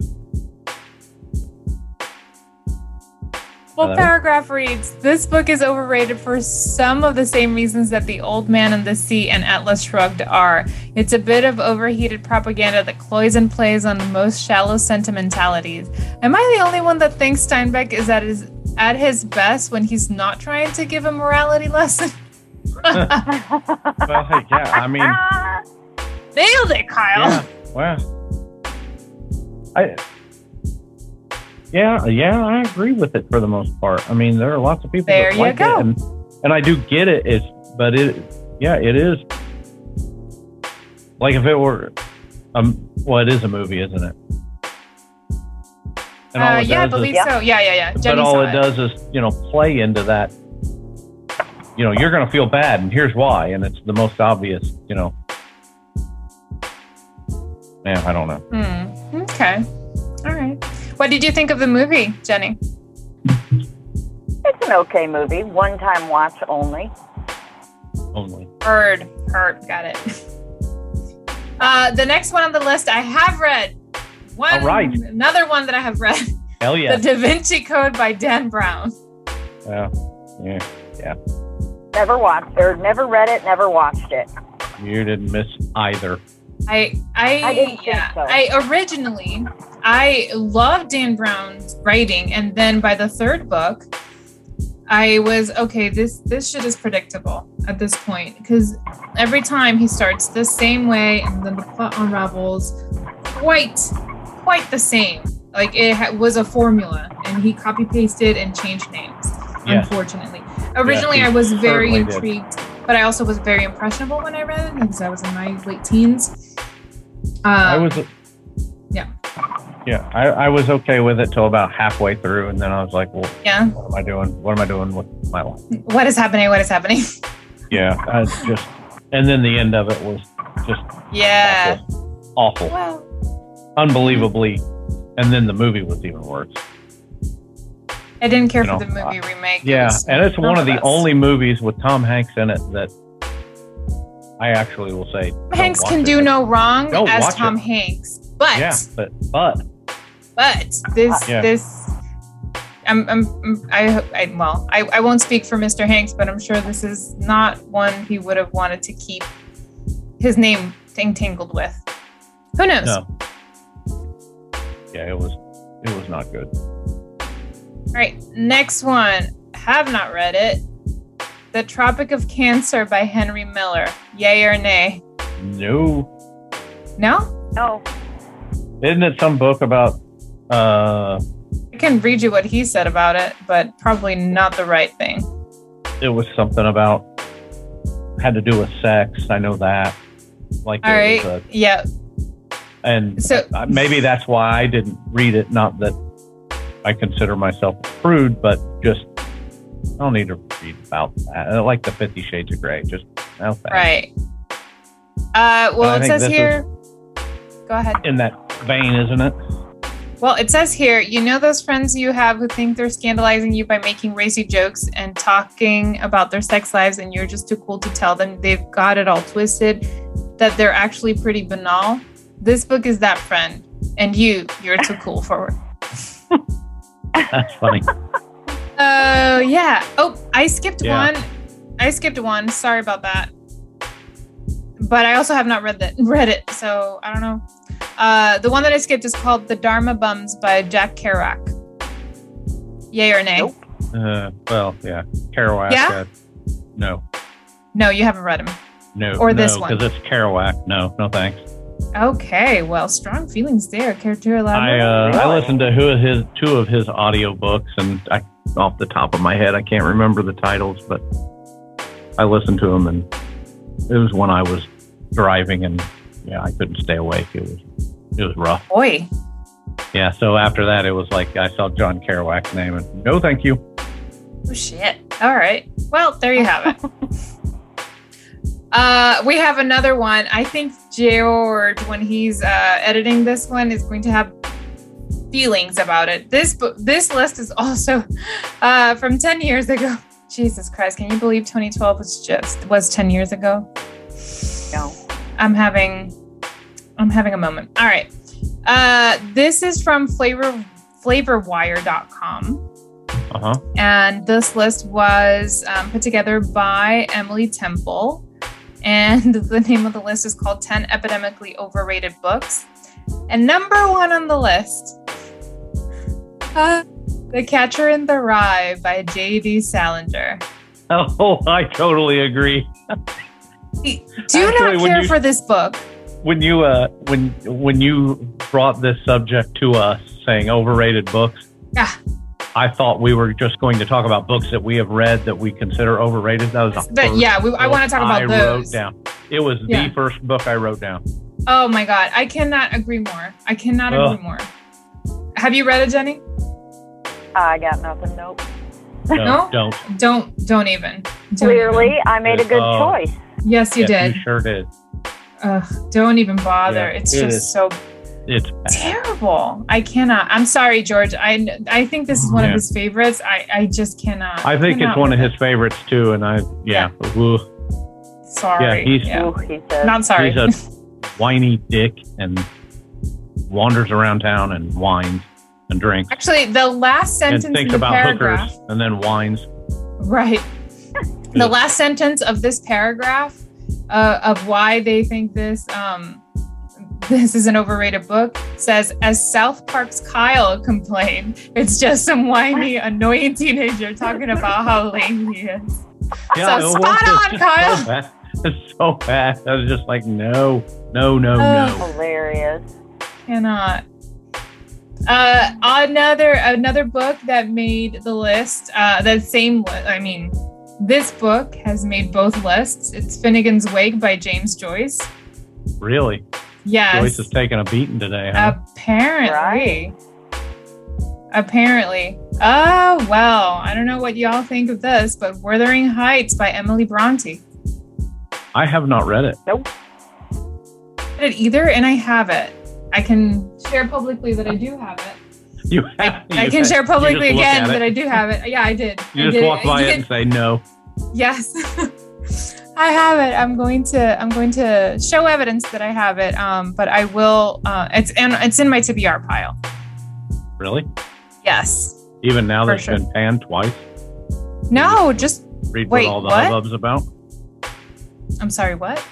Speaker 1: Well,
Speaker 2: Hello?
Speaker 1: paragraph reads This book is overrated for some of the same reasons that The Old Man and the Sea and Atlas Shrugged are. It's a bit of overheated propaganda that Cloyson plays on most shallow sentimentalities. Am I the only one that thinks Steinbeck is at his, at his best when he's not trying to give a morality [laughs] lesson?
Speaker 2: Well, hey, yeah. I mean,
Speaker 3: Ah,
Speaker 1: Nailed it, Kyle.
Speaker 2: yeah. Wow. I. Yeah, yeah, I agree with it for the most part. I mean, there are lots of people
Speaker 1: There
Speaker 2: that
Speaker 1: you
Speaker 2: like
Speaker 1: go.
Speaker 2: it, and, and I do get it. It's but it, yeah, it is. Like if it were, um, well, it is a movie, isn't it? And all
Speaker 1: uh,
Speaker 2: it
Speaker 1: yeah, I
Speaker 2: does is-
Speaker 1: believe so. Yeah, yeah, yeah. Jenny
Speaker 2: but all
Speaker 1: saw
Speaker 2: it, does is you know play into that you know you're going to feel bad and here's why and it's the most obvious you know yeah i don't know
Speaker 1: Hmm. Okay. All right. What did you think of the movie, Jenny?
Speaker 3: it's an okay movie. One time watch only.
Speaker 2: only
Speaker 1: Heard, heard, got it. Uh, the next one on the list I have read one
Speaker 2: All right.
Speaker 1: another one that I have read,
Speaker 2: Hell yeah.
Speaker 1: The Da Vinci Code by Dan Brown.
Speaker 2: yeah. Yeah.
Speaker 3: Never watched or never read it, never watched it.
Speaker 2: You didn't miss either.
Speaker 1: I I
Speaker 3: I didn't think
Speaker 1: yeah,
Speaker 3: so.
Speaker 1: I originally I loved Dan Brown's writing and then by the third book I was okay this this shit is predictable at this point cuz every time he starts the same way and then the plot unravels quite quite the same like it ha- was a formula and he copy pasted and changed names
Speaker 2: Yes.
Speaker 1: unfortunately originally
Speaker 2: he
Speaker 1: I was very
Speaker 2: certainly did.
Speaker 1: intrigued but I also was very impressionable when I read it because I was in my late teens. Um,
Speaker 2: I was.
Speaker 1: yeah.
Speaker 2: Yeah, I, I was okay with it till about halfway through, and then I was like, "Well,
Speaker 1: yeah.
Speaker 2: what am I doing? What am I doing with my life?"
Speaker 1: What is happening? What is happening? [laughs]
Speaker 2: Yeah, I just. And then the end of it was just
Speaker 1: yeah.
Speaker 2: awful, awful,
Speaker 1: Well,
Speaker 2: unbelievably. And then the movie was even worse.
Speaker 1: I didn't care
Speaker 2: You
Speaker 1: for
Speaker 2: know,
Speaker 1: the movie remake. It
Speaker 2: Yeah,
Speaker 1: was
Speaker 2: and it's one of the
Speaker 1: nonetheless.
Speaker 2: only movies with Tom Hanks in it that I actually will say
Speaker 1: Tom Hanks
Speaker 2: don't
Speaker 1: can
Speaker 2: watch
Speaker 1: do
Speaker 2: it.
Speaker 1: no wrong
Speaker 2: Don't watch
Speaker 1: as
Speaker 2: it.
Speaker 1: Tom Hanks, but
Speaker 2: Yeah, but but
Speaker 1: but this
Speaker 2: Yeah.
Speaker 1: this. I'm, I'm, I'm- I, ho- I, well, I, I won't speak for Mr. Hanks, but I'm sure this is not one he would have wanted to keep his name entangled with. Who knows?
Speaker 2: no. Yeah, it was it was not good.
Speaker 1: All right, next one. Have not read it. The Tropic of Cancer by Henry Miller. Yay or nay?
Speaker 2: No,
Speaker 1: No?
Speaker 3: No.
Speaker 2: isn't it some book about uh
Speaker 1: I can read you what he said about it, but probably not the right thing.
Speaker 2: it was something about had to do with sex. I know that. Like
Speaker 1: All
Speaker 2: there
Speaker 1: right.
Speaker 2: was
Speaker 1: Yeah.
Speaker 2: a, and
Speaker 1: So
Speaker 2: uh, maybe that's why I didn't read it. Not that I consider myself a prude, but just I don't need to read about that. I like the Fifty Shades of Grey. Just no thanks.
Speaker 1: right. Uh
Speaker 2: I
Speaker 1: well it
Speaker 2: think
Speaker 1: says
Speaker 2: this
Speaker 1: here Go ahead.
Speaker 2: in that vein, isn't it? [laughs]
Speaker 1: Well, it says here, you know those friends you have who think they're scandalizing you by making racy jokes and talking about their sex lives, and you're just too cool to tell them they've got it all twisted, that they're actually pretty banal. This book is that friend, and you, you're too cool for it.
Speaker 2: That's funny.
Speaker 1: Oh yeah. Oh, I skipped
Speaker 2: Yeah.
Speaker 1: one. I skipped one. Sorry about that. But I also have not read that [laughs] read it, so I don't know. Uh, the one that I skipped is called "The Dharma Bums" by Jack Kerouac. Yay or nay?
Speaker 3: Nope.
Speaker 2: Uh, well, yeah, Kerouac.
Speaker 1: Yeah?
Speaker 2: uh, no,
Speaker 1: No, you haven't read him.
Speaker 2: no,
Speaker 1: Or this one.
Speaker 2: because it's Kerouac. No, no, thanks.
Speaker 1: Okay, well, strong feelings there. Character
Speaker 2: I
Speaker 1: elaborate.
Speaker 2: uh, I
Speaker 3: Really?
Speaker 2: listened to who of his two of his audiobooks, and I off the top of my head, I can't remember the titles, but I listened to them, and it was when I was driving, and yeah, I couldn't stay awake. It was it was rough.
Speaker 1: Boy,
Speaker 2: Yeah, so after that, it was like I saw John Kerouac's name, and no, thank you.
Speaker 1: Oh shit. All right. Well, there you have it. uh we have another one. I think George when he's uh editing this one is going to have feelings about it. This book this list is also uh from 10 years ago. [laughs] Jesus Christ, can you believe 2012 was just was 10 years ago?
Speaker 3: No.
Speaker 1: I'm having I'm having a moment. All right. Uh this is from flavor flavorwire.com.
Speaker 2: Uh huh.
Speaker 1: And this list was um, put together by Emily Temple. And [laughs] the name of the list is called 10 Epidemically Overrated Books. And number one on the list [laughs] uh, The Catcher in the Rye by J.D. Salinger.
Speaker 2: [laughs] Oh, I totally agree.
Speaker 1: Do
Speaker 2: Actually,
Speaker 1: not
Speaker 2: when
Speaker 1: care
Speaker 2: you-
Speaker 1: for this book.
Speaker 2: when you uh when when you brought this subject to us saying overrated books
Speaker 1: Yeah.
Speaker 2: i thought we were just going to talk about books that we have read that we consider overrated that was the
Speaker 1: But
Speaker 2: first
Speaker 1: yeah, we, I
Speaker 2: book
Speaker 1: want to talk about
Speaker 2: I wrote
Speaker 1: those.
Speaker 2: down it was
Speaker 1: Yeah.
Speaker 2: the first book i wrote down
Speaker 1: Oh my God. I cannot agree more. I cannot
Speaker 2: Ugh.
Speaker 1: agree more. Have you read it, Jenny?
Speaker 3: I got nothing. Nope.
Speaker 2: no,
Speaker 1: [laughs] No?
Speaker 2: don't
Speaker 1: Don't, don't even. Don't
Speaker 3: Clearly, I made a good
Speaker 2: Oh.
Speaker 3: choice.
Speaker 1: even. Yes, you
Speaker 2: Yes,
Speaker 1: did.
Speaker 2: you sure did
Speaker 1: Ugh, don't even bother.
Speaker 2: Yeah,
Speaker 1: it's
Speaker 2: it
Speaker 1: just
Speaker 2: is.
Speaker 1: so
Speaker 2: it's bad.
Speaker 1: terrible. I cannot. I'm sorry, George. I I think this is one of
Speaker 2: Yeah.
Speaker 1: his favorites. I I just cannot.
Speaker 2: i think it's
Speaker 1: cannot
Speaker 2: one of
Speaker 1: with
Speaker 2: his favorites too and i yeah, Ooh,
Speaker 1: it. Sorry.
Speaker 2: yeah,
Speaker 1: [laughs]
Speaker 2: he's-
Speaker 3: Ooh, he says.
Speaker 1: Not sorry.
Speaker 2: he's a whiny dick and wanders around town and whines and drinks
Speaker 1: Actually, the last
Speaker 2: and
Speaker 1: sentence in
Speaker 2: thinks
Speaker 1: the
Speaker 2: about
Speaker 1: paragraph.
Speaker 2: hookers and then whines. [laughs]
Speaker 1: Right. the last sentence of this paragraph uh, of why they think this um, this is an overrated book says, as South Park's Kyle complained, it's just some whiny, annoying teenager talking about how lame he is. So
Speaker 2: it was
Speaker 1: spot
Speaker 2: just-
Speaker 1: on,
Speaker 2: just
Speaker 1: Kyle.
Speaker 2: So bad. It's so bad. I was just like, no, no, no,
Speaker 1: Ugh.
Speaker 2: no.
Speaker 3: Hilarious.
Speaker 1: Cannot. Uh, another another book that made the list. Uh, that same. li- I mean, this book has made both lists. It's Finnegan's Wake by James Joyce.
Speaker 2: Really?
Speaker 1: Yes.
Speaker 2: Joyce is taking a beating today. Huh?
Speaker 1: Apparently.
Speaker 3: Right.
Speaker 1: Apparently. Oh, well, I don't know what y'all think of this, but Wuthering Heights by Emily Bronte.
Speaker 2: I have not read it.
Speaker 1: I read it either, and I have it. I can share publicly that I do have it.
Speaker 2: You,
Speaker 1: I
Speaker 2: [laughs] you-
Speaker 1: can share publicly
Speaker 2: you just look
Speaker 1: again
Speaker 2: at it.
Speaker 1: that I do have it. Yeah, I did. I
Speaker 2: You just
Speaker 1: did
Speaker 2: walk by
Speaker 1: I
Speaker 2: it
Speaker 1: did.
Speaker 2: and say no.
Speaker 1: Yes. [laughs] I have it. I'm going to I'm going to show evidence that I have it. Um, but I will uh, it's and it's in my TBR pile.
Speaker 2: Really?
Speaker 1: Yes.
Speaker 2: Even now
Speaker 1: For
Speaker 2: that it's
Speaker 1: sure.
Speaker 2: been panned twice,
Speaker 1: No, just
Speaker 2: read
Speaker 1: Wait,
Speaker 2: what all the
Speaker 1: what?
Speaker 2: hubbub's about.
Speaker 1: I'm sorry, what?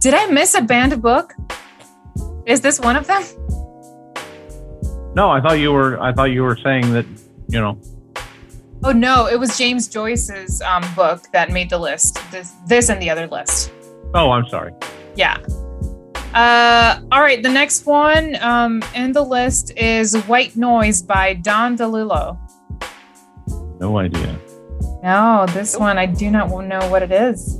Speaker 1: Did I miss a banned book? Is this one of them?
Speaker 2: No, I thought you were. I thought you were saying that. You know,
Speaker 1: Oh no, it was James Joyce's um, book that made the list. This, this and the other list.
Speaker 2: oh, I'm sorry.
Speaker 1: Yeah. Uh, all right, the next one um, in the list is White Noise by Don DeLillo.
Speaker 2: No idea.
Speaker 1: No, this one I do not know what it is.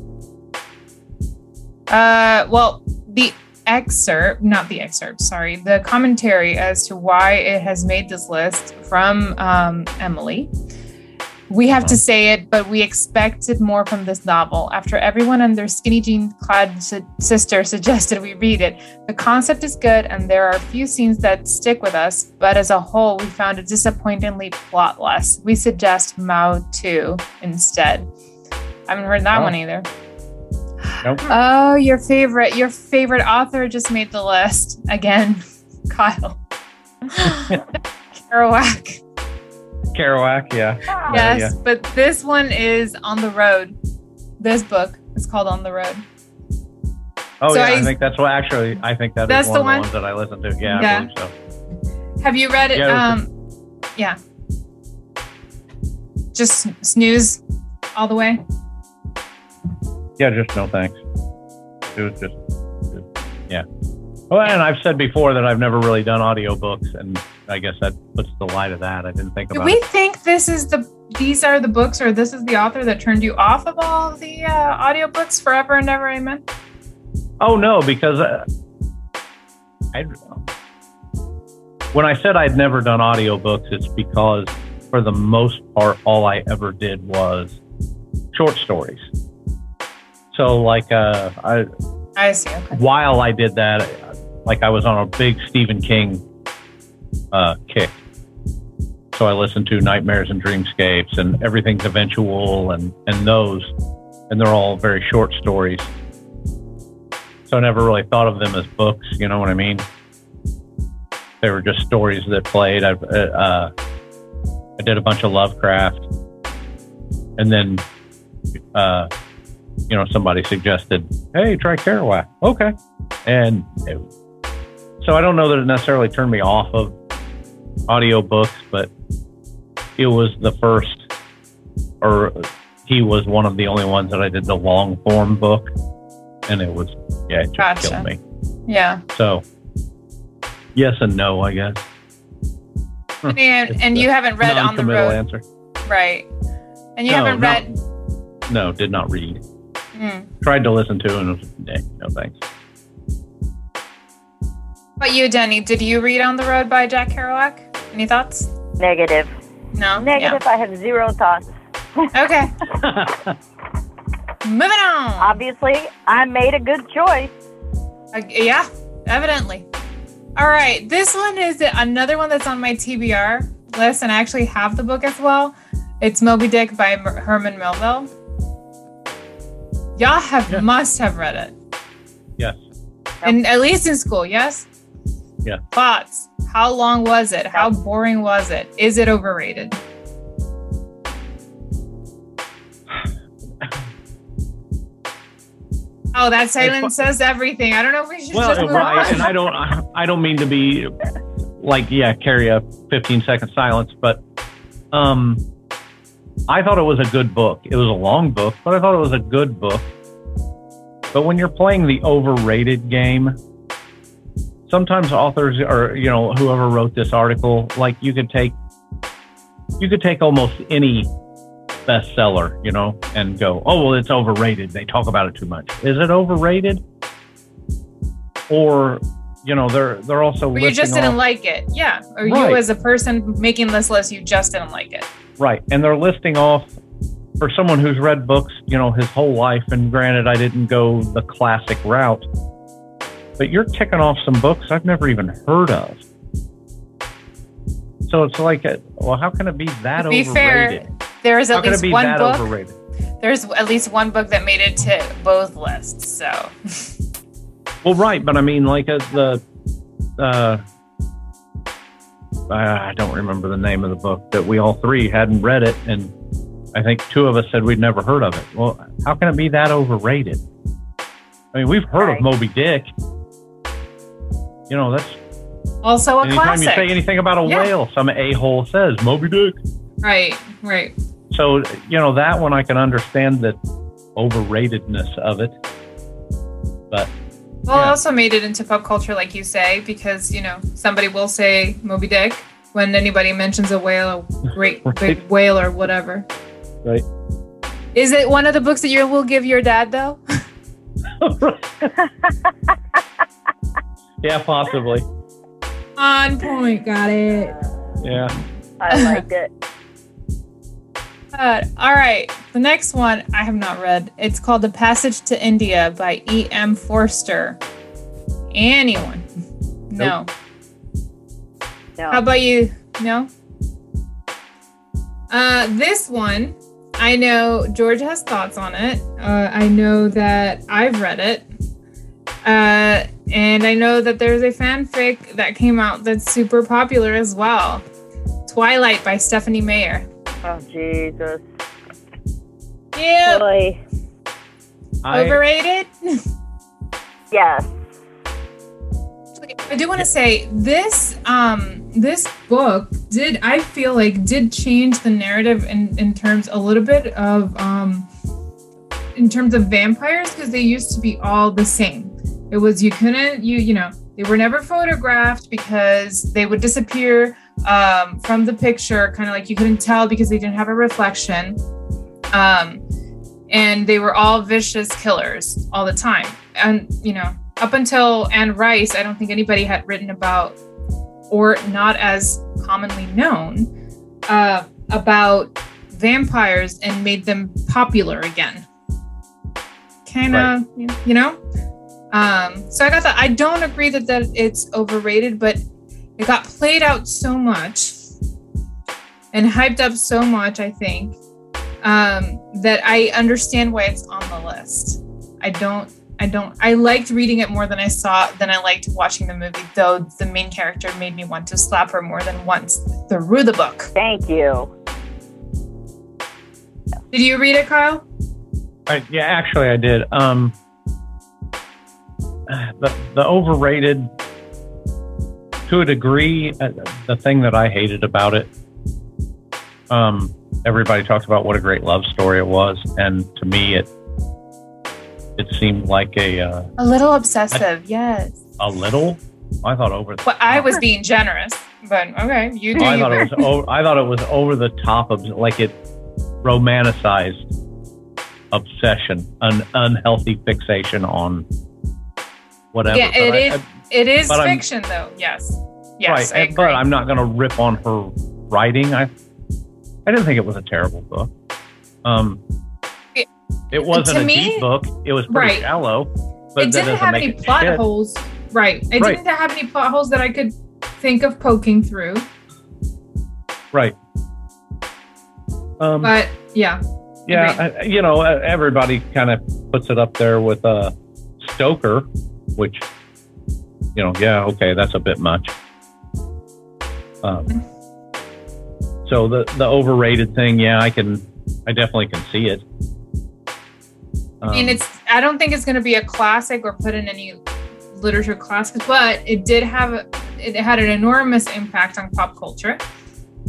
Speaker 1: Uh, well, the excerpt, not the excerpt, sorry, the commentary as to why it has made this list from um, Emily. We have to say it, but we expected more from this novel. After everyone and their skinny jean clad si- sister suggested we read it, the concept is good and there are a few scenes that stick with us, but as a whole, we found it disappointingly plotless. We suggest Mao 2 instead. I haven't heard that
Speaker 2: Oh.
Speaker 1: one either.
Speaker 2: Nope.
Speaker 1: Oh, your favorite, your favorite author just made the list again, [laughs] Kyle Kerouac.
Speaker 2: Kerouac. Yeah.
Speaker 3: Ah,
Speaker 2: Yeah.
Speaker 1: Yes, but this one is on the road. This book is called On the Road.
Speaker 2: Oh
Speaker 1: So
Speaker 2: yeah. I,
Speaker 1: I-
Speaker 2: think that's what actually. I think that is
Speaker 1: That's
Speaker 2: one
Speaker 1: the
Speaker 2: of the
Speaker 1: one?
Speaker 2: ones that I listened to. Yeah.
Speaker 1: Yeah.
Speaker 2: I believe so.
Speaker 1: Have you read it?
Speaker 2: Yeah, it
Speaker 1: um, yeah. Just snooze all the way.
Speaker 2: Yeah. Just no thanks. It was just. Yeah. Well, and I've said before that I've never really done audiobooks, and I guess that puts the light of that. I didn't think
Speaker 1: Do
Speaker 2: about
Speaker 1: we
Speaker 2: it.
Speaker 1: think this is the these are the books or this is the author that turned you off of all the uh, audiobooks forever and ever? Amen.
Speaker 2: Oh no, because uh, I when I said I'd never done audiobooks, it's because for the most part, all I ever did was short stories. So like, uh, I,
Speaker 1: I see. Okay.
Speaker 2: while I did that, like I was on a big Stephen King uh, kick. So I listened to Nightmares and Dreamscapes and Everything's Eventual and, and those. And they're all very short stories. So I never really thought of them as books. You know what I mean? They were just stories that played. I, uh, I did a bunch of Lovecraft. And then, uh, you know, somebody suggested, hey, try Kerouac. Okay. And it- so I don't know that it necessarily turned me off of audiobooks, but it was the first, or he was one of the only ones that I did the long form book. And it was, yeah, it just
Speaker 1: Gotcha.
Speaker 2: killed me.
Speaker 1: Yeah.
Speaker 2: So, yes and no, I guess.
Speaker 1: And and you haven't read On the
Speaker 2: Non-committal
Speaker 1: Road,
Speaker 2: answer.
Speaker 1: right? And you
Speaker 2: No,
Speaker 1: haven't
Speaker 2: no.
Speaker 1: read.
Speaker 2: No, did not read.
Speaker 1: Mm.
Speaker 2: Tried to listen to, and it was, eh, no thanks.
Speaker 1: But you, Denny, did you read On the Road by Jack Kerouac? Any thoughts?
Speaker 3: Negative.
Speaker 1: No.
Speaker 3: Negative. I have zero thoughts.
Speaker 1: Yeah. Okay. [laughs] Moving on.
Speaker 3: Obviously, I made a good choice.
Speaker 1: Uh, yeah, evidently. All right, this one is another one that's on my TBR list, and I actually have the book as well. It's Moby Dick by Mer- Herman Melville. Y'all have
Speaker 2: Yeah.
Speaker 1: must have read it,
Speaker 2: yes.
Speaker 1: and at least in school, yes.
Speaker 2: Yeah.
Speaker 1: Thoughts. How long was it? How boring was it? Is it overrated? Oh, that silence says everything. I don't know if we should just [laughs]
Speaker 2: Well,
Speaker 1: move
Speaker 2: right,
Speaker 1: on.
Speaker 2: and I don't, I I don't mean to be like, yeah, carry a 15 second silence, but um, I thought it was a good book. It was a long book, but I thought it was a good book. But when you're playing the overrated game, sometimes authors or you know whoever wrote this article, like you could take, you could take almost any bestseller, you know, and go, oh well, it's overrated. They talk about it too much. Is it overrated? Or you know, they're they're also
Speaker 1: Or you
Speaker 2: listing
Speaker 1: just didn't
Speaker 2: off-
Speaker 1: like it. Yeah. Or
Speaker 2: Right.
Speaker 1: you as a person making this list, you just didn't like it.
Speaker 2: Right. And they're listing off for someone who's read books, you know, his whole life. And granted, I didn't go the classic route, but you're ticking off some books I've never even heard of. So it's like, uh, well, how can it be that
Speaker 1: To be fair,
Speaker 2: overrated?
Speaker 1: There is
Speaker 2: how
Speaker 1: at
Speaker 2: can it
Speaker 1: least
Speaker 2: be
Speaker 1: one
Speaker 2: that
Speaker 1: book.
Speaker 2: overrated?
Speaker 1: There's at least one book that made it to both lists. So
Speaker 2: Well, right, but I mean, like uh, the, uh, I I don't remember the name of the book that we all three hadn't read it, and I think two of us said we'd never heard of it. Well, how can it be that overrated? I mean, we've heard
Speaker 3: Right.
Speaker 2: of Moby Dick. You know, that's
Speaker 1: also a
Speaker 2: anytime you
Speaker 1: classic.
Speaker 2: say anything about a
Speaker 1: Yeah.
Speaker 2: whale, some a hole says Moby Dick.
Speaker 1: right. Right.
Speaker 2: So, you know, that one I can understand the overratedness
Speaker 1: [laughs]
Speaker 2: of it. [laughs]
Speaker 1: Well,
Speaker 2: Yeah.
Speaker 1: also made it into pop culture, like you say, because you know somebody will say Moby Dick when anybody mentions a whale, a great
Speaker 2: [laughs] Right.
Speaker 1: big whale or whatever.
Speaker 2: Right.
Speaker 1: Is it one of the books that you will give your dad though?
Speaker 2: yeah, possibly.
Speaker 1: On point. Got it.
Speaker 2: Yeah.
Speaker 3: I liked it.
Speaker 1: Uh, all right. The next one I have not read. It's called The Passage to India by E.M. Forster. Anyone? No.
Speaker 3: No.
Speaker 1: How about you? No? Uh, this one, I know George has thoughts on it. Uh, I know that I've read it. Uh, and I know that there's a fanfic that came out that's super popular as well Twilight by Stephanie Mayer.
Speaker 3: oh Jesus.
Speaker 1: Yeah.
Speaker 3: Boy.
Speaker 2: I-
Speaker 1: Overrated? [laughs]
Speaker 3: Yes.
Speaker 1: I do want to say this um this book did I feel like did change the narrative in in terms a little bit of um in terms of vampires because they used to be all the same. It was you couldn't you you know they were never photographed because they would disappear um, from the picture kind of like you couldn't tell because they didn't have a reflection um, and they were all vicious killers all the time and you know up until Anne Rice, I don't think anybody had written about or not as commonly known uh, about vampires and made them popular again. Kind of, you know. Um, so I got that. I don't agree that that it's overrated, but it got played out so much and hyped up so much. I think um, that I understand why it's on the list. I don't I don't. I liked reading it more than I saw than I liked watching the movie. Though the main character made me want to slap her more than once through the book.
Speaker 3: Thank you.
Speaker 1: Did you read it, Kyle?
Speaker 2: I, yeah, actually, I did. Um, the the overrated, to a degree, uh, the thing that I hated about it. Um, everybody talked about what a great love story it was, and to me, it it seemed like a uh,
Speaker 1: A little obsessive, yes.
Speaker 2: a little. I thought over. the
Speaker 1: Well, I was being generous, but okay, you do.
Speaker 2: Well, I
Speaker 1: you,
Speaker 2: thought it was over, I thought it was over the top of like it romanticized obsession, an unhealthy fixation on whatever.
Speaker 1: Yeah, it
Speaker 2: but I-
Speaker 1: is- it is
Speaker 2: but I'm-
Speaker 1: fiction, though. Yes, yes,
Speaker 2: right,
Speaker 1: I
Speaker 2: and- but
Speaker 1: agree.
Speaker 2: I'm not going to rip on her writing. I I didn't think it was a terrible book. Um,
Speaker 1: It-
Speaker 2: it wasn't
Speaker 1: to
Speaker 2: a
Speaker 1: me-
Speaker 2: deep book. It was pretty
Speaker 1: right.
Speaker 2: shallow, but
Speaker 1: it didn't
Speaker 2: that doesn't
Speaker 1: have
Speaker 2: make
Speaker 1: any
Speaker 2: it
Speaker 1: plot
Speaker 2: shit.
Speaker 1: holes, right? It
Speaker 2: Right.
Speaker 1: didn't have any plot holes that I could think of poking through.
Speaker 2: Right. Um,
Speaker 1: But yeah,
Speaker 2: Yeah,
Speaker 1: Agreed.
Speaker 2: I- I- you know, uh, everybody kind of puts it up there with uh, Stoker, which you know, yeah, okay, that's a bit much. Um, so the the overrated thing, yeah, I can, I definitely can see it.
Speaker 1: I
Speaker 2: Um,
Speaker 1: mean, it's. I don't think it's going to be a classic or put in any literature classes, but it did have. A, it had an enormous impact on pop culture.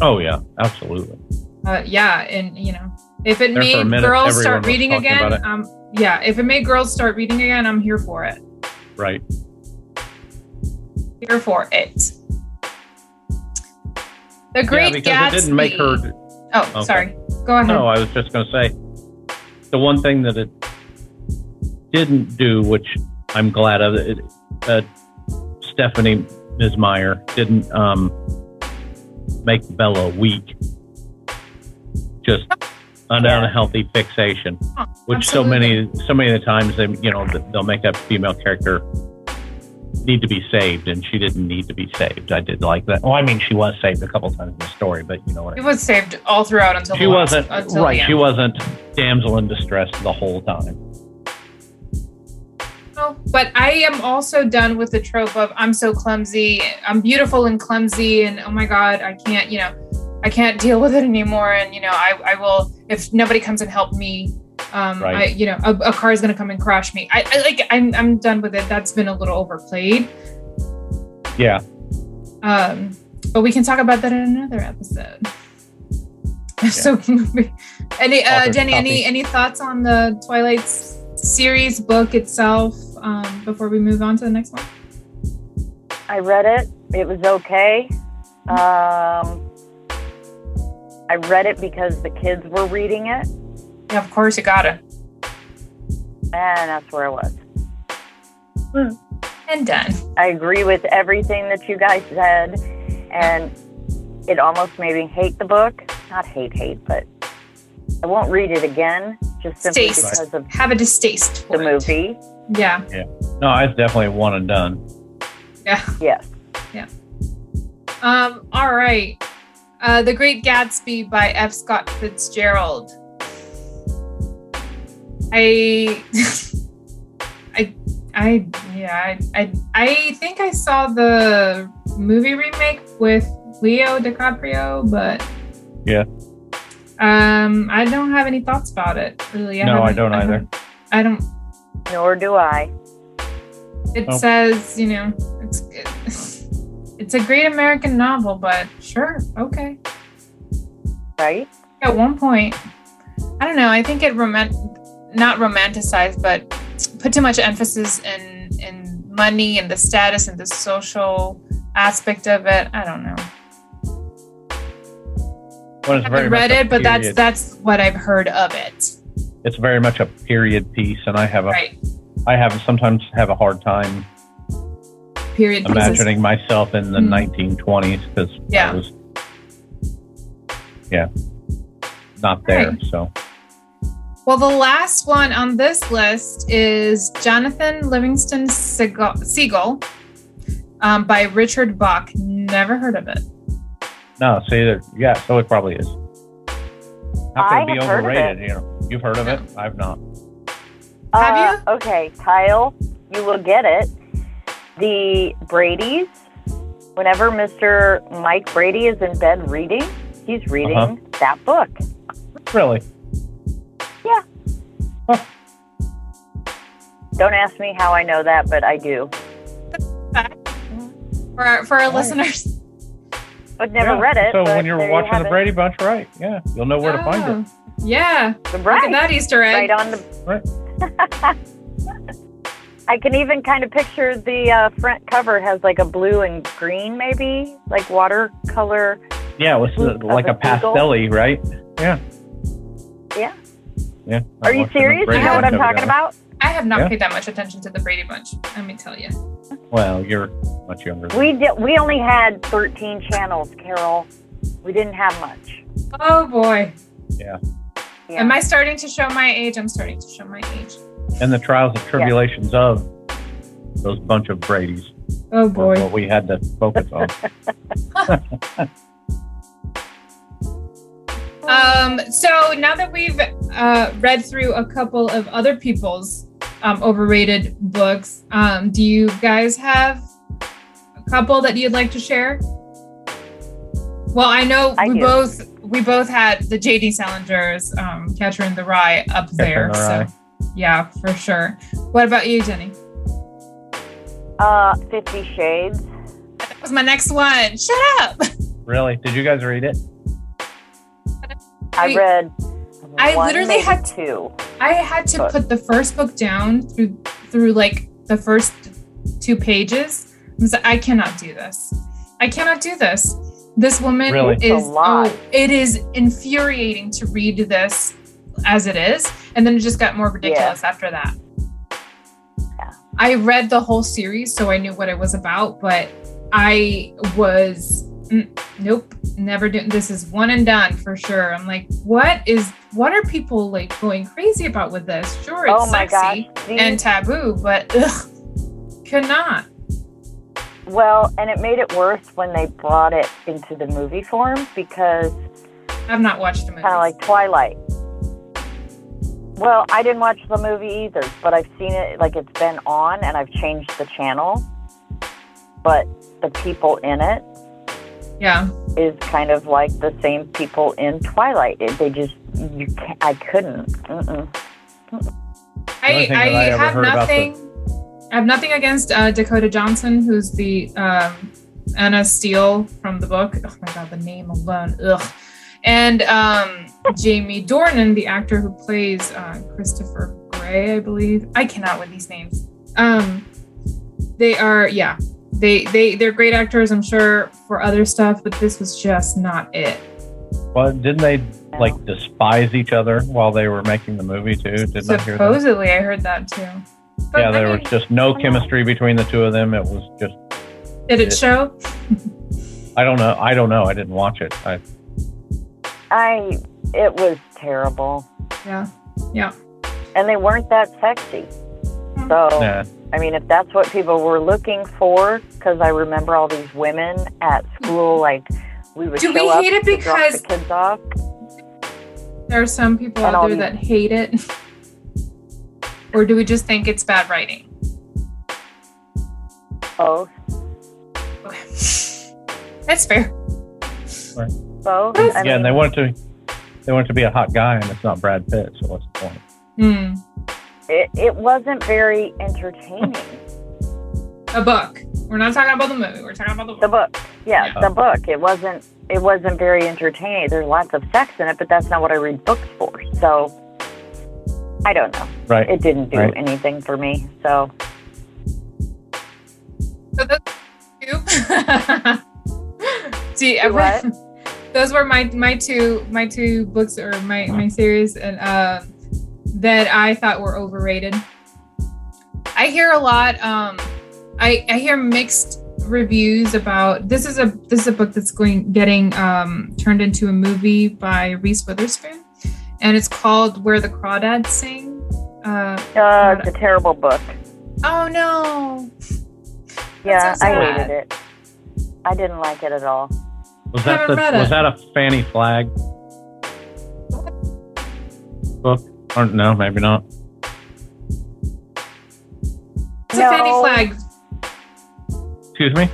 Speaker 2: oh yeah, absolutely.
Speaker 1: Uh, yeah, and you know, if it
Speaker 2: There for a
Speaker 1: made
Speaker 2: minute,
Speaker 1: girls
Speaker 2: everyone
Speaker 1: start
Speaker 2: was
Speaker 1: reading
Speaker 2: talking about
Speaker 1: again,
Speaker 2: it.
Speaker 1: um, yeah, if it made girls start reading again, I'm here for it.
Speaker 2: Right.
Speaker 1: Here for it. The Great
Speaker 2: yeah, because
Speaker 1: Gatsby.
Speaker 2: it didn't make her.
Speaker 1: Oh,
Speaker 2: Okay.
Speaker 1: sorry. Go ahead.
Speaker 2: No, I was just going to say the one thing that it didn't do, which I'm glad of, it, uh, Stephanie Mismeyer didn't um, make Bella weak. Just an
Speaker 3: Yeah.
Speaker 2: unhealthy fixation,
Speaker 1: Huh,
Speaker 2: which so many, so many of the times they, you know, th- they'll make that female character need to be saved, and she didn't need to be saved. I did like that. Well, I mean, she was saved a couple times in the story, but you know what? I
Speaker 1: It was saved all throughout until
Speaker 2: she
Speaker 1: the last-
Speaker 2: wasn't
Speaker 1: until
Speaker 2: right.
Speaker 1: the
Speaker 2: She
Speaker 1: end.
Speaker 2: wasn't damsel in distress the whole time.
Speaker 1: No, but I am also done with the trope of I'm so clumsy, I'm beautiful and clumsy, and oh my god, I can't, you know, I can't deal with it anymore. And you know, I, I will if nobody comes and help me, um, I,
Speaker 2: Right.
Speaker 1: you know, a, a car is gonna come and crash me. I, I like I'm I'm done with it. That's been a little overplayed.
Speaker 2: Yeah,
Speaker 1: Um, but we can talk about that in another episode. [laughs] So, any uh,
Speaker 2: Author's
Speaker 1: Jenny, any
Speaker 2: copy.
Speaker 1: any thoughts on the Twilight s- series book itself um, before we move on to the next one?
Speaker 3: I read it. It was okay. Um, I read it because the kids were reading it,
Speaker 1: Yeah, of course you gotta.
Speaker 3: and that's where I was.
Speaker 1: And done.
Speaker 3: I agree with everything that you guys said, and it almost made me hate the book. Not hate, hate, but I won't read it again just simply
Speaker 1: Stace.
Speaker 3: because of
Speaker 1: Have a distaste for
Speaker 3: the
Speaker 1: it.
Speaker 3: movie.
Speaker 1: Yeah,
Speaker 2: no, it's definitely one and done.
Speaker 1: yeah.
Speaker 3: Yes.
Speaker 1: Um. All right. Uh, the Great Gatsby by F. Scott Fitzgerald. I, [laughs] I, I, yeah, I, I, I think I saw the movie remake with Leo DiCaprio, but
Speaker 2: Yeah.
Speaker 1: Um, I don't have any thoughts about it really.
Speaker 2: No, I
Speaker 1: haven't-
Speaker 2: don't either.
Speaker 1: haven't- I don't.
Speaker 3: Nor do I.
Speaker 1: It
Speaker 2: Oh.
Speaker 1: says, you know, it's it's a great American novel, but sure, okay.
Speaker 3: Right?
Speaker 1: At one point, I don't know. I think it romant not romanticized, but put too much emphasis in in money and the status and the social aspect of it. I don't know.
Speaker 2: Well,
Speaker 1: I
Speaker 2: it's very
Speaker 1: haven't
Speaker 2: much
Speaker 1: read
Speaker 2: a
Speaker 1: it, but that's
Speaker 2: period-
Speaker 1: that's what I've heard of it.
Speaker 2: it's very much a period piece, and I have a I
Speaker 1: Right.
Speaker 2: have sometimes have a hard time
Speaker 1: Period. pieces.
Speaker 2: imagining myself in the
Speaker 1: Mm.
Speaker 2: 1920s because
Speaker 1: Yeah.
Speaker 2: I was yeah not there.
Speaker 1: Right.
Speaker 2: So
Speaker 1: Well, the last one on this list is Jonathan Livingston Seagal, Seagal um, by Richard Bach. Never heard of it.
Speaker 2: no, see there, yeah, so it probably is. How
Speaker 3: I
Speaker 2: could it be
Speaker 3: have heard of
Speaker 2: overrated? You know, you've heard of it? I've not.
Speaker 1: Have
Speaker 3: you? Uh, Okay, Kyle, you will get it. The Brady's, whenever Mr. Mike Brady is in bed reading, he's reading
Speaker 2: Uh-huh.
Speaker 3: that book.
Speaker 2: Really?
Speaker 3: Don't ask me how I know that, but I do.
Speaker 1: For our, for our
Speaker 2: Right.
Speaker 1: listeners,
Speaker 3: But never
Speaker 2: Yeah.
Speaker 3: read it.
Speaker 2: So
Speaker 3: but
Speaker 2: when you're
Speaker 3: there you
Speaker 2: watching
Speaker 3: have
Speaker 2: the
Speaker 3: it.
Speaker 2: Brady Bunch, right? Yeah, you'll know where to find it.
Speaker 1: Oh, Yeah,
Speaker 3: The
Speaker 1: look at
Speaker 3: Brady.
Speaker 1: that Easter egg.
Speaker 3: right on the.
Speaker 2: Right.
Speaker 3: [laughs] I can even kind of picture the uh, front cover has like a blue and green, maybe like watercolor.
Speaker 1: Oh.
Speaker 2: Yeah, it was
Speaker 3: Loop
Speaker 2: like a
Speaker 3: of a seagull.
Speaker 2: pastelli, right? Yeah.
Speaker 3: Yeah.
Speaker 2: Yeah.
Speaker 3: Are you serious? You know what I'm talking about?
Speaker 1: I have not
Speaker 2: Yeah.
Speaker 1: paid that much attention to the Brady Bunch. Let me tell you.
Speaker 2: Well, you're much younger. Than
Speaker 3: We did. We only had 13 channels, Carol. We didn't have much.
Speaker 1: Oh boy,
Speaker 3: Yeah.
Speaker 1: am I starting to show my age? I'm starting to show my age.
Speaker 2: and the trials and tribulations of those bunch of Brady's
Speaker 1: Oh
Speaker 2: were
Speaker 1: boy.
Speaker 2: what we had to focus
Speaker 3: [laughs]
Speaker 2: on.
Speaker 1: Um, so now that we've uh, read through a couple of other people's um, overrated books, um, do you guys have couple that you'd like to share? Well, I know
Speaker 3: I
Speaker 1: we
Speaker 3: do.
Speaker 1: both we both had the JD Salinger's um, Catcher in the Rye up there.
Speaker 2: in the Rye.
Speaker 1: So yeah, for sure. What about you, Jenny?
Speaker 3: Uh, Fifty Shades.
Speaker 1: That was my next one. Shut up.
Speaker 2: Really? Did you guys read it?
Speaker 3: I
Speaker 1: Wait.
Speaker 3: read.
Speaker 1: I
Speaker 3: one,
Speaker 1: literally
Speaker 3: maybe
Speaker 1: had-
Speaker 3: two.
Speaker 1: I had to
Speaker 3: But-
Speaker 1: put the first book down through through like the first two pages. I was like, I cannot do this. I cannot do this. This woman
Speaker 2: Really?
Speaker 1: is
Speaker 2: It's
Speaker 3: a lot.
Speaker 1: oh, it is infuriating to read this as it is, and then it just got more ridiculous after that.
Speaker 3: Yeah.
Speaker 1: I read the whole series, so I knew what it was about, but I was "Mm, nope, never do. This is one and done for sure. I'm like, what is? What are people like going crazy about with this? Sure, it's
Speaker 3: oh my
Speaker 1: sexy
Speaker 3: gosh. These-
Speaker 1: and taboo, but ugh, could not.
Speaker 3: well, and it made it worse when they brought it into the movie form because
Speaker 1: I've not watched the movie.
Speaker 3: kind of like Twilight. Well, I didn't watch the movie either, but I've seen it like it's been on and I've changed the channel. But the people in it
Speaker 1: yeah,
Speaker 3: is kind of like the same people in Twilight. It, they just you can't, I couldn't. Mm-mm.
Speaker 1: I,
Speaker 2: thing that
Speaker 1: I
Speaker 2: I ever
Speaker 1: have
Speaker 2: heard about the-
Speaker 1: nothing. I have nothing against uh, Dakota Johnson, who's the um, Anna Steele from the book. Oh my god, the name alone, ugh. And um, Jamie Dornan, the actor who plays uh, Christopher Gray, I believe. I cannot with these names. Um, they are, yeah, they they they're great actors, I'm sure, for other stuff, but this was just not it.
Speaker 2: Well, didn't they like despise each other while they were making the movie too? Didn't I hear that?
Speaker 1: Supposedly, I heard that too. But
Speaker 2: Yeah,
Speaker 1: I
Speaker 2: there
Speaker 1: mean,
Speaker 2: was just no chemistry between the two of them. It was just
Speaker 1: did it show?
Speaker 2: I don't know. I don't know. I didn't watch it. I
Speaker 3: I it was terrible,
Speaker 1: Yeah.
Speaker 3: and they weren't that sexy.
Speaker 1: Mm-hmm.
Speaker 3: So
Speaker 2: nah.
Speaker 3: I mean, if that's what people were looking for, because I remember all these women at school, like we would
Speaker 1: Mm-hmm. Do
Speaker 3: show
Speaker 1: we
Speaker 3: up
Speaker 1: hate it
Speaker 3: to drop
Speaker 1: because-
Speaker 3: the kids off.
Speaker 1: There are some people
Speaker 3: And
Speaker 1: out
Speaker 3: I'll
Speaker 1: there
Speaker 3: eat.
Speaker 1: that hate it. or do we just think it's bad writing?
Speaker 3: Both,
Speaker 1: Okay. [laughs] That's fair.
Speaker 3: both.
Speaker 1: Yes.
Speaker 3: I
Speaker 2: yeah, and they
Speaker 3: mean,
Speaker 2: want it to they want it to be a hot guy and it's not Brad Pitt, so what's the point?
Speaker 1: Hmm.
Speaker 3: it, it wasn't very entertaining.
Speaker 1: A book. We're not talking about the movie. We're talking about the
Speaker 3: the
Speaker 1: book.
Speaker 3: book, yeah,
Speaker 2: Yeah.
Speaker 3: the book. It wasn't. It wasn't very entertaining. There's lots of sex in it, but that's not what I read books for. So I don't know.
Speaker 2: Right.
Speaker 3: It didn't do
Speaker 2: Right.
Speaker 3: anything for me. So
Speaker 1: So those two. [laughs] See, I-
Speaker 3: what?
Speaker 1: those were my my two my two books or my my series and uh, that I thought were overrated. I hear a lot. Um, I I hear mixed reviews about this is a this is a book that's going getting um, turned into a movie by Reese Witherspoon, and it's called Where the Crawdads Sing. Uh,
Speaker 3: uh, it's a terrible book.
Speaker 1: oh no!
Speaker 3: Yeah,
Speaker 1: so
Speaker 3: I
Speaker 1: sad.
Speaker 3: hated it. I didn't like it at all.
Speaker 2: Was that
Speaker 1: haven't
Speaker 2: the,
Speaker 1: read it.
Speaker 2: was that a Fanny Flag book? Or no, maybe not.
Speaker 1: It's a fanny
Speaker 3: No.
Speaker 1: flag.
Speaker 2: Excuse me.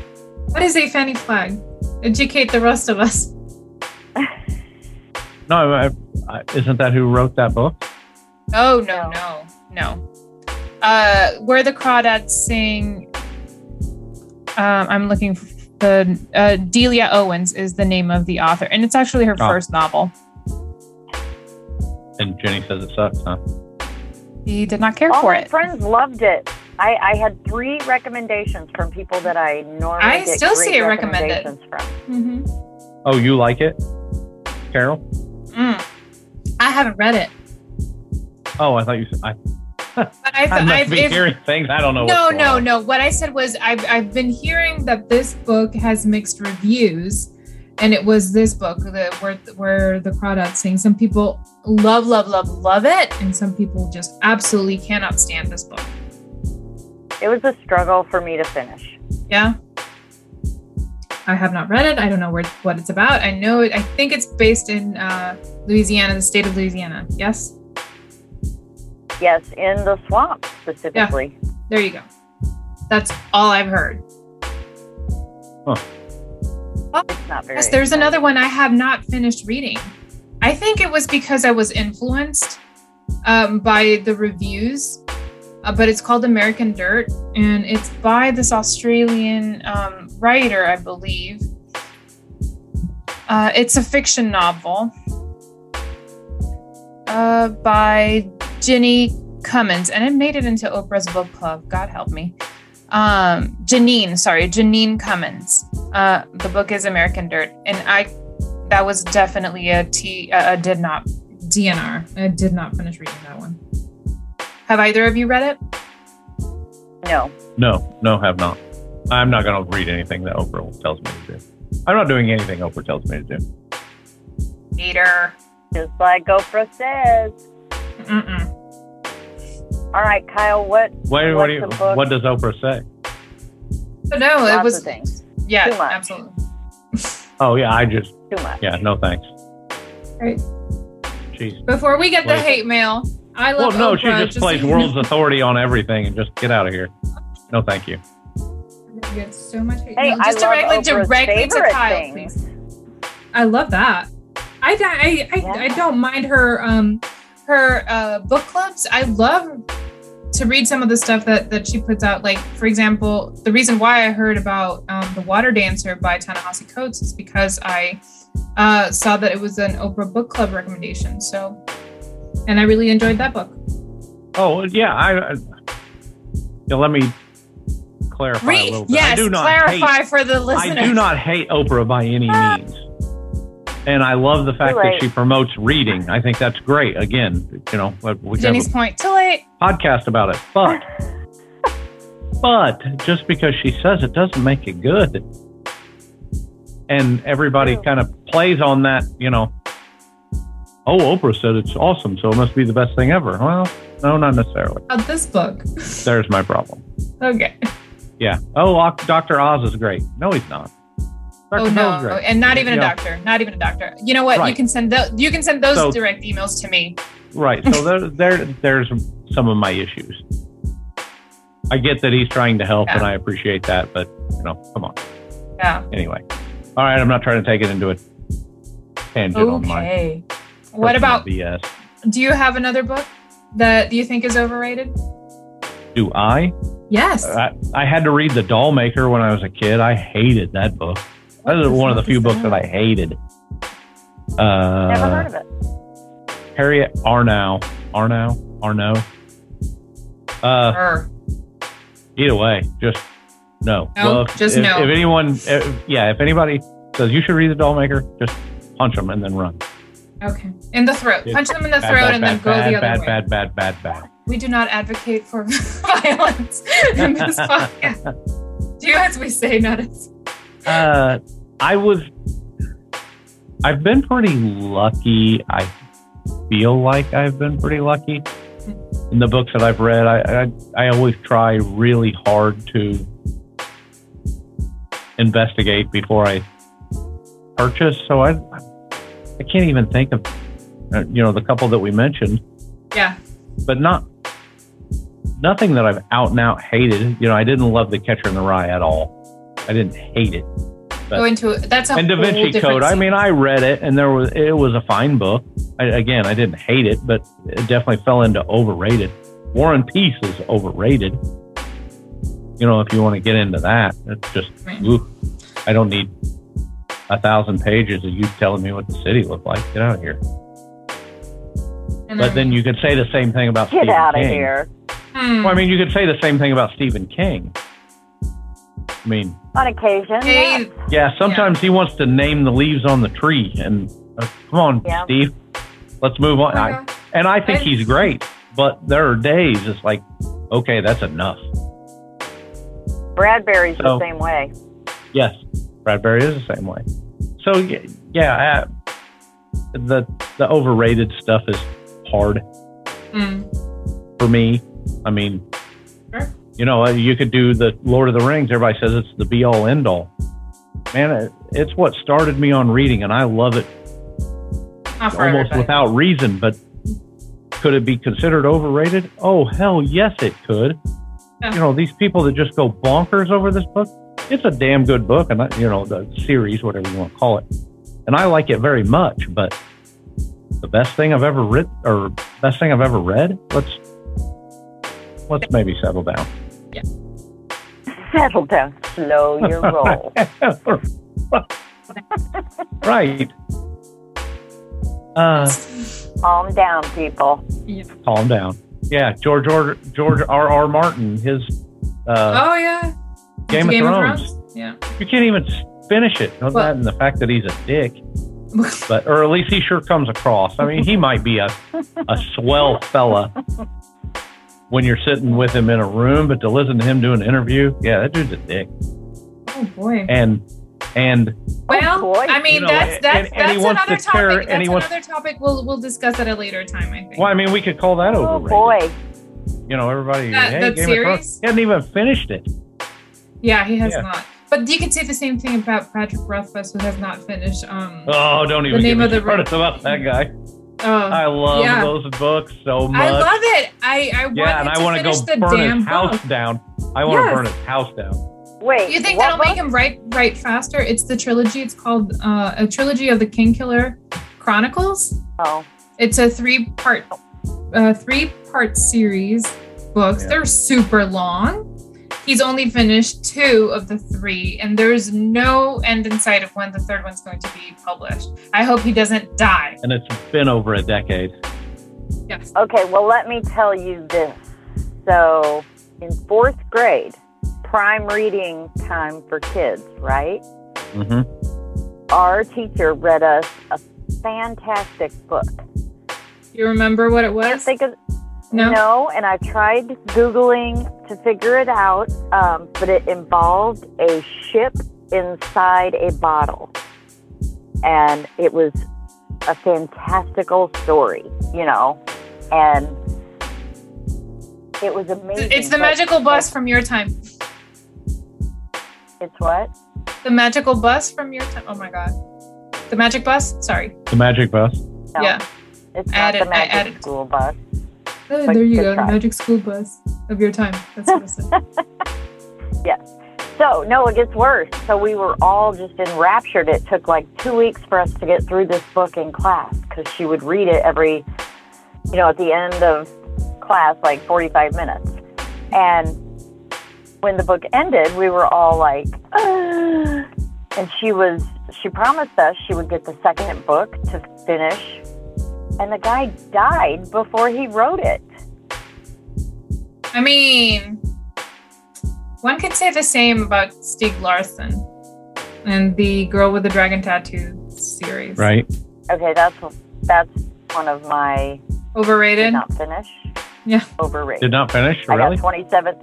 Speaker 1: What is a fanny flag? Educate the rest of us.
Speaker 2: No, I, I, isn't that who wrote that book?
Speaker 1: Oh no, no, no. Uh, where the crawdads sing. Um, I'm looking for the uh, Delia Owens is the name of the author, and it's actually her
Speaker 2: Oh.
Speaker 1: first novel.
Speaker 2: And Jenny says it sucks, huh?
Speaker 1: She did not care
Speaker 3: All
Speaker 1: for
Speaker 3: my
Speaker 1: it.
Speaker 3: friends loved it. I, I had three recommendations from people that I normally
Speaker 1: I
Speaker 3: get
Speaker 1: still see
Speaker 3: great
Speaker 1: it recommended.
Speaker 3: recommendations from.
Speaker 1: Mhm.
Speaker 2: Oh, you like it, Carol?
Speaker 1: Mm. I haven't read it,
Speaker 2: Oh, I thought you said I,
Speaker 1: but I've,
Speaker 2: I must
Speaker 1: I've
Speaker 2: be
Speaker 1: if-
Speaker 2: hearing things. I don't know.
Speaker 1: no,
Speaker 2: what's going
Speaker 1: no,
Speaker 2: on.
Speaker 1: no. What I said was I've I've been hearing that this book has mixed reviews, and it was this book that where where the crawdads sing. Some people love, love, love, love it, and some people just absolutely cannot stand this book.
Speaker 3: It was a struggle for me to finish.
Speaker 1: Yeah. I have not read it. I don't know where what it's about. I know it. I think it's based in uh, Louisiana, the state of Louisiana. Yes.
Speaker 3: Yes, in the swamp specifically.
Speaker 1: There you go. That's all I've heard.
Speaker 2: Huh.
Speaker 3: It's not very.
Speaker 1: Yes, there's another one I have not finished reading. I think it was because I was influenced um, by the reviews, uh, but it's called American Dirt and it's by this Australian um, writer, I believe. Uh, it's a fiction novel uh, by Ginny Cummins, and it made it into Oprah's book club. God help me. Um, Janine, sorry, Janine Cummins. Uh, the book is American Dirt, and I that was definitely a T. Uh, a did not DNR. I did not finish reading that one. Have either of you read it?
Speaker 3: No.
Speaker 2: No, no, have not. I'm not going to read anything that Oprah tells me to do. I'm not doing anything Oprah tells me to do.
Speaker 1: Peter.
Speaker 3: Just like Oprah says.
Speaker 1: Mm-mm.
Speaker 3: All right, Kyle, what?
Speaker 2: Wait, what,
Speaker 3: What's
Speaker 2: do you,
Speaker 3: the book?
Speaker 2: what does Oprah say?
Speaker 1: So no,
Speaker 3: lots
Speaker 1: Oh, it
Speaker 3: of
Speaker 1: was
Speaker 3: things.
Speaker 1: yeah,
Speaker 3: Too much.
Speaker 1: absolutely.
Speaker 2: Oh, yeah, I just,
Speaker 3: Too much.
Speaker 2: yeah, no thanks.
Speaker 1: Right.
Speaker 2: Jeez.
Speaker 1: Before we get the
Speaker 2: Like-
Speaker 1: hate mail, I
Speaker 2: Well,
Speaker 1: love.
Speaker 2: no,
Speaker 1: Oprah,
Speaker 2: she just plays world's authority on everything and just get out of here. No, thank you.
Speaker 1: You get so much hate.
Speaker 3: Hey,
Speaker 1: mail.
Speaker 3: I
Speaker 1: just
Speaker 3: love
Speaker 1: directly,
Speaker 3: Oprah's
Speaker 1: directly to
Speaker 3: favorite
Speaker 1: Kyle,
Speaker 3: things.
Speaker 1: please. I love that. I don't- I I,
Speaker 3: Yeah.
Speaker 1: I don't mind her um her uh, book clubs. I love to read some of the stuff that that she puts out. Like for example, the reason why I heard about um, the Water Dancer by Ta-Nehisi Coates is because I uh, saw that it was an Oprah book club recommendation. So, and I really enjoyed that book.
Speaker 2: Oh, yeah, I, I yeah, let me clarify a
Speaker 1: Re-
Speaker 2: little bit. I
Speaker 1: yes,
Speaker 2: do not
Speaker 1: clarify
Speaker 2: hate,
Speaker 1: for the listeners. Uh,
Speaker 2: I do not hate Oprah by any means. And I love the fact
Speaker 3: Too
Speaker 2: that
Speaker 3: late.
Speaker 2: she promotes reading. I think that's great. Again, you know, we have a
Speaker 1: Jenny's point. Too late.
Speaker 2: podcast about it. But
Speaker 1: [laughs]
Speaker 2: but just because she says it doesn't make it good. And everybody
Speaker 3: True.
Speaker 2: kind of plays on that, you know. Oh, Oprah said it's awesome, so it must be the best thing ever. Well, no, not necessarily.
Speaker 1: About this book.
Speaker 2: There's my problem.
Speaker 1: Okay.
Speaker 2: Yeah. Oh, Oc- Dr. Oz is great. No, he's not. Dr.
Speaker 1: Oh no,
Speaker 2: Phil's great.
Speaker 1: and not even a
Speaker 2: Yeah.
Speaker 1: doctor. Not even a doctor. You know what? You
Speaker 2: Right.
Speaker 1: can send those. You can send those
Speaker 2: So-
Speaker 1: direct emails to me.
Speaker 2: Right. So there, there, there's some of my issues. I get that he's trying to help,
Speaker 1: Yeah.
Speaker 2: and I appreciate that, but you know, come on.
Speaker 1: Yeah.
Speaker 2: anyway. All right, I'm not trying to take it into a tangent on my.
Speaker 1: Okay. What
Speaker 2: personal
Speaker 1: about?
Speaker 2: BS?
Speaker 1: Do you have another book that you think is overrated?
Speaker 2: Do I?
Speaker 1: Yes.
Speaker 2: I? I had to read The Doll Maker when I was a kid. I hated that book.
Speaker 1: What
Speaker 2: That is
Speaker 1: the
Speaker 2: one of the
Speaker 1: fuck
Speaker 2: few
Speaker 1: is
Speaker 2: books that I hated. Uh,
Speaker 3: Never heard of it.
Speaker 2: Harriet Arnau. Arnau? Arnau? Uh,
Speaker 1: Or-
Speaker 2: either way, just no.
Speaker 1: No,
Speaker 2: Well,
Speaker 1: just
Speaker 2: if,
Speaker 1: no.
Speaker 2: If anyone, if, yeah, if anybody says you should read The Doll Maker, just punch them and then run.
Speaker 1: okay. In the throat.
Speaker 2: Dude,
Speaker 1: Punch them in the
Speaker 2: Bad,
Speaker 1: throat
Speaker 2: bad,
Speaker 1: and then
Speaker 2: bad,
Speaker 1: go
Speaker 2: bad,
Speaker 1: the other
Speaker 2: bad,
Speaker 1: way.
Speaker 2: bad, bad, bad, bad.
Speaker 1: We do not advocate for [laughs] violence in
Speaker 2: [laughs]
Speaker 1: this podcast. Do as we say, not as.
Speaker 2: uh, I was. I've been pretty lucky. I feel like I've been pretty lucky in the books that I've read. I I, I always try really hard to investigate before I purchase. So I I can't even think of uh, you know the couple that we mentioned
Speaker 1: Yeah.
Speaker 2: but not nothing that I've out and out hated. You know, I didn't love The Catcher in the Rye at all. I didn't hate it. But-
Speaker 1: Go into it. That's a
Speaker 2: And Da
Speaker 1: whole
Speaker 2: Vinci
Speaker 1: different
Speaker 2: Code. I mean, I read it, and there was it was a fine book. I, again, I didn't hate it, but it definitely fell into overrated. War and Peace is overrated. You know, if you want to get into that, it's just
Speaker 1: Right.
Speaker 2: oof, I don't need a thousand pages of you telling me what the city looked like. Get out of here.
Speaker 1: And
Speaker 2: But then you could say the same thing about
Speaker 3: Get
Speaker 2: Stephen
Speaker 3: out of
Speaker 2: King.
Speaker 3: here.
Speaker 1: Hmm.
Speaker 2: Well, I mean, you could say the same thing about Stephen King. I mean,
Speaker 3: On occasion.
Speaker 1: Hey,
Speaker 3: yes.
Speaker 2: yeah, sometimes he wants to name the leaves on the tree, and uh, come on,
Speaker 3: Yeah.
Speaker 2: Steve, let's move on. I,
Speaker 1: okay.
Speaker 2: and I think
Speaker 1: I-
Speaker 2: he's great, but there are days it's like, okay, that's enough.
Speaker 3: Bradbury's
Speaker 2: So-
Speaker 3: the same way. [laughs]
Speaker 2: Yes, Bradbury is the same way. So y- yeah, uh, the the overrated stuff is hard
Speaker 1: Hmm.
Speaker 2: for me. I mean,
Speaker 1: Sure.
Speaker 2: you know, uh, you could do the Lord of the Rings. Everybody says it's the be all end all. Man, it, it's what started me on reading, and I love it
Speaker 1: Not for
Speaker 2: almost
Speaker 1: everybody.
Speaker 2: without reason. But could it be considered overrated? Oh hell, yes, it could.
Speaker 1: Yeah.
Speaker 2: You know, these people that just go bonkers over this book, it's a damn good book, and I- you know the series, whatever you want to call it, and I like it very much. But the best thing I've ever written, or best thing I've ever read, let's let's maybe settle down.
Speaker 3: Settle down. Slow your roll.
Speaker 2: [laughs] right. Uh,
Speaker 3: Calm down, people.
Speaker 2: calm down. Yeah, George or, George R. R. Martin, his uh,
Speaker 1: oh yeah.
Speaker 2: Game, of, Thrones.
Speaker 1: Yeah.
Speaker 2: You can't even finish it. Not
Speaker 1: Well-
Speaker 2: that and the fact that he's a
Speaker 1: [laughs]
Speaker 2: dick, but or at least he sure comes across. I mean, he might be a a swell fella when you're sitting with him in a room, but to listen to him do an interview, yeah, that dude's a dick.
Speaker 1: oh boy.
Speaker 2: And and Oh,
Speaker 1: Well,
Speaker 3: boy.
Speaker 1: I mean
Speaker 2: You know,
Speaker 1: that's
Speaker 2: and-
Speaker 1: that's
Speaker 2: and he
Speaker 1: that's
Speaker 2: wants
Speaker 1: another
Speaker 2: to tear-
Speaker 1: topic.
Speaker 2: and he
Speaker 1: That's
Speaker 2: wants-
Speaker 1: another topic. We'll we'll discuss at a later time. I think.
Speaker 2: well, I mean, we could call that
Speaker 3: Oh
Speaker 2: overrated.
Speaker 3: boy.
Speaker 2: You know, everybody.
Speaker 1: That-
Speaker 2: hey,
Speaker 1: that
Speaker 2: Game of Thrones-
Speaker 1: series?
Speaker 2: He hadn't even finished it.
Speaker 1: Yeah, he has
Speaker 2: Yeah.
Speaker 1: not. But you could say the same thing about Patrick Rothfuss, who has not finished. Um,
Speaker 2: Oh, don't even
Speaker 1: The name
Speaker 2: get
Speaker 1: of
Speaker 2: me
Speaker 1: the-
Speaker 2: started about that guy.
Speaker 1: uh,
Speaker 2: I love
Speaker 1: yeah.
Speaker 2: those books so much.
Speaker 1: I love it. I I want
Speaker 2: yeah, and I
Speaker 1: to
Speaker 2: want to
Speaker 1: finish
Speaker 2: go
Speaker 1: the
Speaker 2: burn
Speaker 1: damn
Speaker 2: his house
Speaker 1: book.
Speaker 2: down. I want to
Speaker 1: Yes.
Speaker 2: burn his house down.
Speaker 3: Wait.
Speaker 1: You think
Speaker 3: what
Speaker 1: that'll make him write write faster? It's the trilogy. It's called uh, a trilogy of the King Killer Chronicles.
Speaker 3: Oh,
Speaker 1: It's a three part uh, three part series books.
Speaker 2: Yeah.
Speaker 1: They're super long. He's only finished two of the three, and there's no end in sight of when the third one's going to be published. I hope he doesn't die.
Speaker 2: And it's been over a decade.
Speaker 1: Yes.
Speaker 3: Oh, okay. Well, let me tell you this. So, in fourth grade, prime reading time for kids, right?
Speaker 2: hmm
Speaker 3: Our teacher read us a fantastic book.
Speaker 1: You remember what it
Speaker 3: Can't
Speaker 1: was?
Speaker 3: think of
Speaker 1: No.
Speaker 3: No, and I tried Googling to figure it out, um, but it involved a ship inside a bottle. And it was a fantastical story, you know, and it was amazing.
Speaker 1: It's the
Speaker 3: but-
Speaker 1: magical bus from your time.
Speaker 3: It's what?
Speaker 1: The magical bus from your time. Oh my god. The magic bus? Sorry.
Speaker 2: The Magic Bus.
Speaker 3: No,
Speaker 1: Yeah.
Speaker 3: It's
Speaker 1: I
Speaker 3: not
Speaker 1: added-
Speaker 3: the
Speaker 1: I
Speaker 3: magic
Speaker 1: added-
Speaker 3: school bus.
Speaker 1: Oh,
Speaker 3: Like
Speaker 1: there you
Speaker 3: the
Speaker 1: go. The
Speaker 3: truck.
Speaker 1: magic school bus of your time. That's what I said.
Speaker 3: So, no, it gets worse. So, we were all just enraptured. It took like two weeks for us to get through this book in class because she would read it every, you know, at the end of class, like 45 minutes. And when the book ended, we were all like, "Ah." and she was, she promised us she would get the second book to finish. And the guy died before he wrote it.
Speaker 1: I mean, one could say the same about Stieg Larsson and the Girl with the Dragon Tattoo series.
Speaker 2: Right.
Speaker 3: Okay, that's that's one of my did
Speaker 1: Overrated.
Speaker 3: not finish.
Speaker 1: Yeah.
Speaker 3: Overrated.
Speaker 2: Did not finish.
Speaker 3: I
Speaker 2: Oh, Really?
Speaker 3: got 27,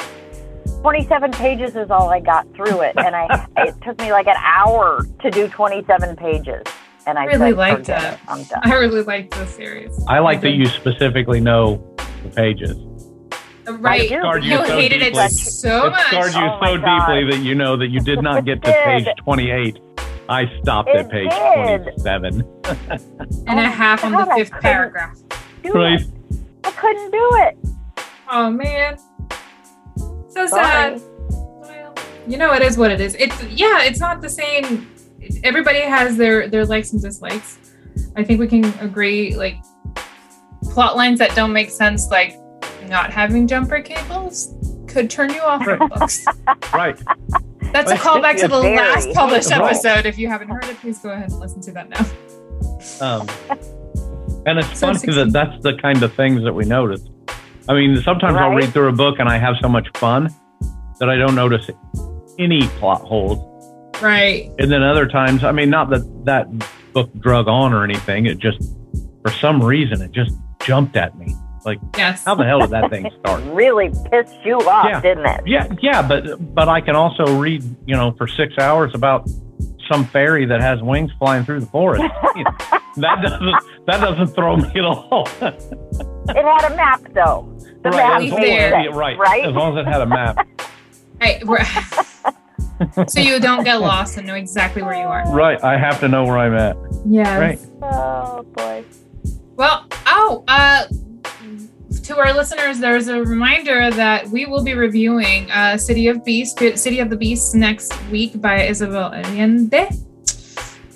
Speaker 3: 27 pages is all I got through it,
Speaker 2: [laughs]
Speaker 3: and I it took me like an hour to do twenty seven pages, and I
Speaker 1: Really
Speaker 3: said,
Speaker 1: liked
Speaker 3: "Forget
Speaker 1: that.
Speaker 3: it. I'm done.
Speaker 1: [laughs] I really liked the series.
Speaker 2: I like that you specifically know the pages.
Speaker 1: Right.
Speaker 3: I do.
Speaker 2: Scarred you
Speaker 1: You
Speaker 2: so
Speaker 1: hated
Speaker 2: deeply.
Speaker 1: it so
Speaker 2: it scarred
Speaker 1: much.
Speaker 2: you
Speaker 3: Oh my
Speaker 2: so deeply
Speaker 3: God.
Speaker 2: that you know that you did not get to
Speaker 3: It
Speaker 2: page
Speaker 3: did.
Speaker 2: 28. I stopped
Speaker 3: It
Speaker 2: at page
Speaker 3: did.
Speaker 2: 27.
Speaker 1: And a
Speaker 3: Oh,
Speaker 1: half on the
Speaker 3: God, I
Speaker 1: fifth
Speaker 3: couldn't-
Speaker 1: paragraph.
Speaker 3: Do
Speaker 2: Right.
Speaker 3: it. I couldn't do it.
Speaker 1: Oh man. So sad.
Speaker 3: Sorry.
Speaker 1: Well, you know it is what it is it's yeah it's not the same everybody has their their likes and dislikes i think we can agree like plot lines that don't make sense like not having jumper cables could turn you off from books
Speaker 2: Right.
Speaker 1: that's a
Speaker 2: Right.
Speaker 1: callback to the
Speaker 3: Very.
Speaker 1: last published
Speaker 2: Right.
Speaker 1: episode if you haven't heard it please go ahead and listen to that now [laughs]
Speaker 2: Um, and it's
Speaker 1: So
Speaker 2: funny
Speaker 1: 16.
Speaker 2: that that's the kind of things that we notice. I mean, sometimes I'll
Speaker 3: Right.
Speaker 2: read through a book and I have so much fun that I don't notice any plot holes.
Speaker 1: right
Speaker 2: And then other times, I mean, not that that book drug on or anything. It just, for some reason, it just jumped at me.
Speaker 1: yes
Speaker 2: How the hell did that thing start?
Speaker 3: Really pissed you off,
Speaker 2: Yeah.
Speaker 3: didn't it?
Speaker 2: Yeah, yeah, but but I can also read, you know, for six hours about some fairy that has wings flying through the forest. [laughs] that doesn't that doesn't throw me at all. [laughs]
Speaker 3: It had a map though. The map
Speaker 2: as
Speaker 1: he's
Speaker 2: long as-
Speaker 1: there.
Speaker 2: yeah,
Speaker 3: made
Speaker 2: right,
Speaker 3: sense, right?
Speaker 2: As long as it had a
Speaker 3: [laughs]
Speaker 2: map.
Speaker 1: Right, we're- [laughs] so you don't get lost and know exactly where you are
Speaker 2: right. I have to know where I'm at.
Speaker 1: yes
Speaker 2: Right.
Speaker 3: Oh boy.
Speaker 1: Well, oh, uh, to our listeners, there's a reminder that we will be reviewing uh, City of Beast, City of the Beasts, next week by Isabel Allende.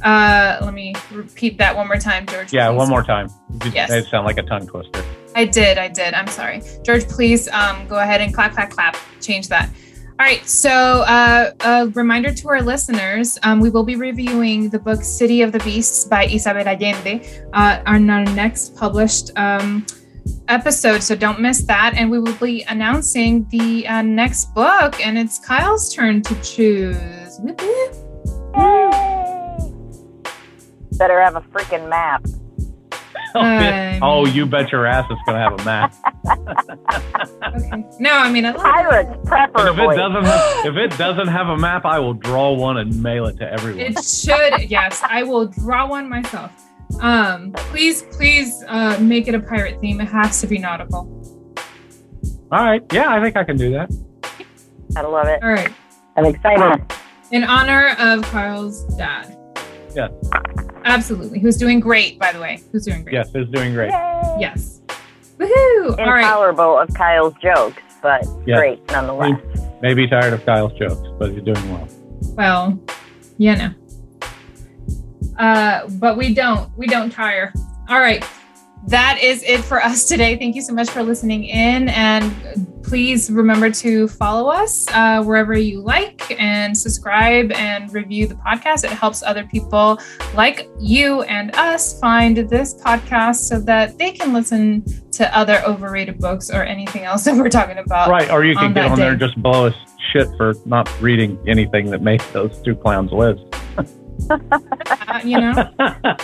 Speaker 1: Uh, let me repeat that one more time, George.
Speaker 2: Yeah,
Speaker 1: please.
Speaker 2: one more time. You did-
Speaker 1: Yes.
Speaker 2: That sound like a tongue twister. [laughs]
Speaker 1: I did, I did. I'm sorry, George. Please um, go ahead and clap, clap, clap. Change that. All right. So, uh, a reminder to our listeners: um, we will be reviewing the book "City of the Beasts" by Isabel Allende uh, on our next published um, episode. So don't miss that. And we will be announcing the uh, next book, and it's Kyle's turn to choose. Whoop, whoop.
Speaker 3: Better have a freaking map.
Speaker 1: Um,
Speaker 2: oh, you bet your ass it's going to have a
Speaker 3: [laughs]
Speaker 2: map.
Speaker 1: Okay. No, I mean, I love
Speaker 2: And
Speaker 3: Pirates,
Speaker 2: if it
Speaker 3: preferably.
Speaker 2: doesn't, have, if it doesn't have a map, I will draw one and mail it to everyone.
Speaker 1: It should, yes. I will draw one myself. Um, please, please uh, make it a pirate theme. It has to be nautical.
Speaker 2: All right. Yeah, I think I can do that.
Speaker 3: I love it.
Speaker 1: All right.
Speaker 3: I'm excited.
Speaker 1: In honor of Carl's dad.
Speaker 2: Yes.
Speaker 1: Absolutely. Who's doing great, by the way. Who's doing great.
Speaker 2: Yes, it's doing great.
Speaker 3: Yay.
Speaker 1: Yes. Woohoo. All right.
Speaker 3: Intolerable of Kyle's jokes, but
Speaker 2: Yeah.
Speaker 3: great nonetheless.
Speaker 2: Maybe tired of Kyle's jokes, but he's doing well.
Speaker 1: Well, you know. Uh, but we don't. We don't tire. All right. That is it for us today. Thank you so much for listening in. And please remember to follow us uh, wherever you like and subscribe and review the podcast. It helps other people like you and us find this podcast so that they can listen to other overrated books or anything else [laughs] that we're talking about.
Speaker 2: Right, or you
Speaker 1: Uh, on
Speaker 2: can get
Speaker 1: that
Speaker 2: on there
Speaker 1: day.
Speaker 2: and just blow us shit for not reading anything that made those two clowns live. [laughs]
Speaker 1: Uh, you know?
Speaker 2: right,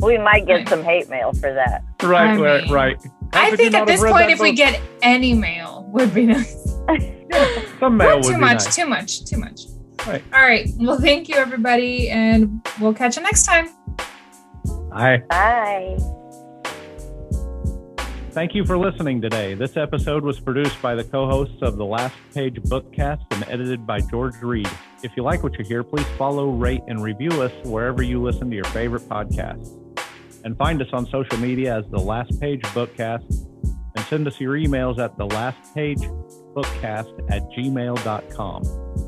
Speaker 3: We might get
Speaker 1: Right.
Speaker 3: some hate mail for that.
Speaker 1: I
Speaker 2: right,
Speaker 1: mean,
Speaker 2: right. How
Speaker 1: I
Speaker 2: could
Speaker 1: think
Speaker 2: you
Speaker 1: at
Speaker 2: not
Speaker 1: this
Speaker 2: have read
Speaker 1: point,
Speaker 2: that
Speaker 1: if we
Speaker 2: book?
Speaker 1: get any mail, would be nice.
Speaker 2: some mail
Speaker 1: Not
Speaker 2: would
Speaker 1: too
Speaker 2: be
Speaker 1: much,
Speaker 2: nice.
Speaker 1: too much, too much.
Speaker 2: Right.
Speaker 1: All right. Well, thank you, everybody, and we'll catch you next time.
Speaker 2: I
Speaker 3: Bye.
Speaker 2: thank you for listening today. This episode was produced by the co-hosts of the Last Page Bookcast and edited by George Reed. If you like what you hear, please follow, rate, and review us wherever you listen to your favorite podcasts. And find us on social media as the Last Page Bookcast and send us your emails at the last page bookcast at gmail.com.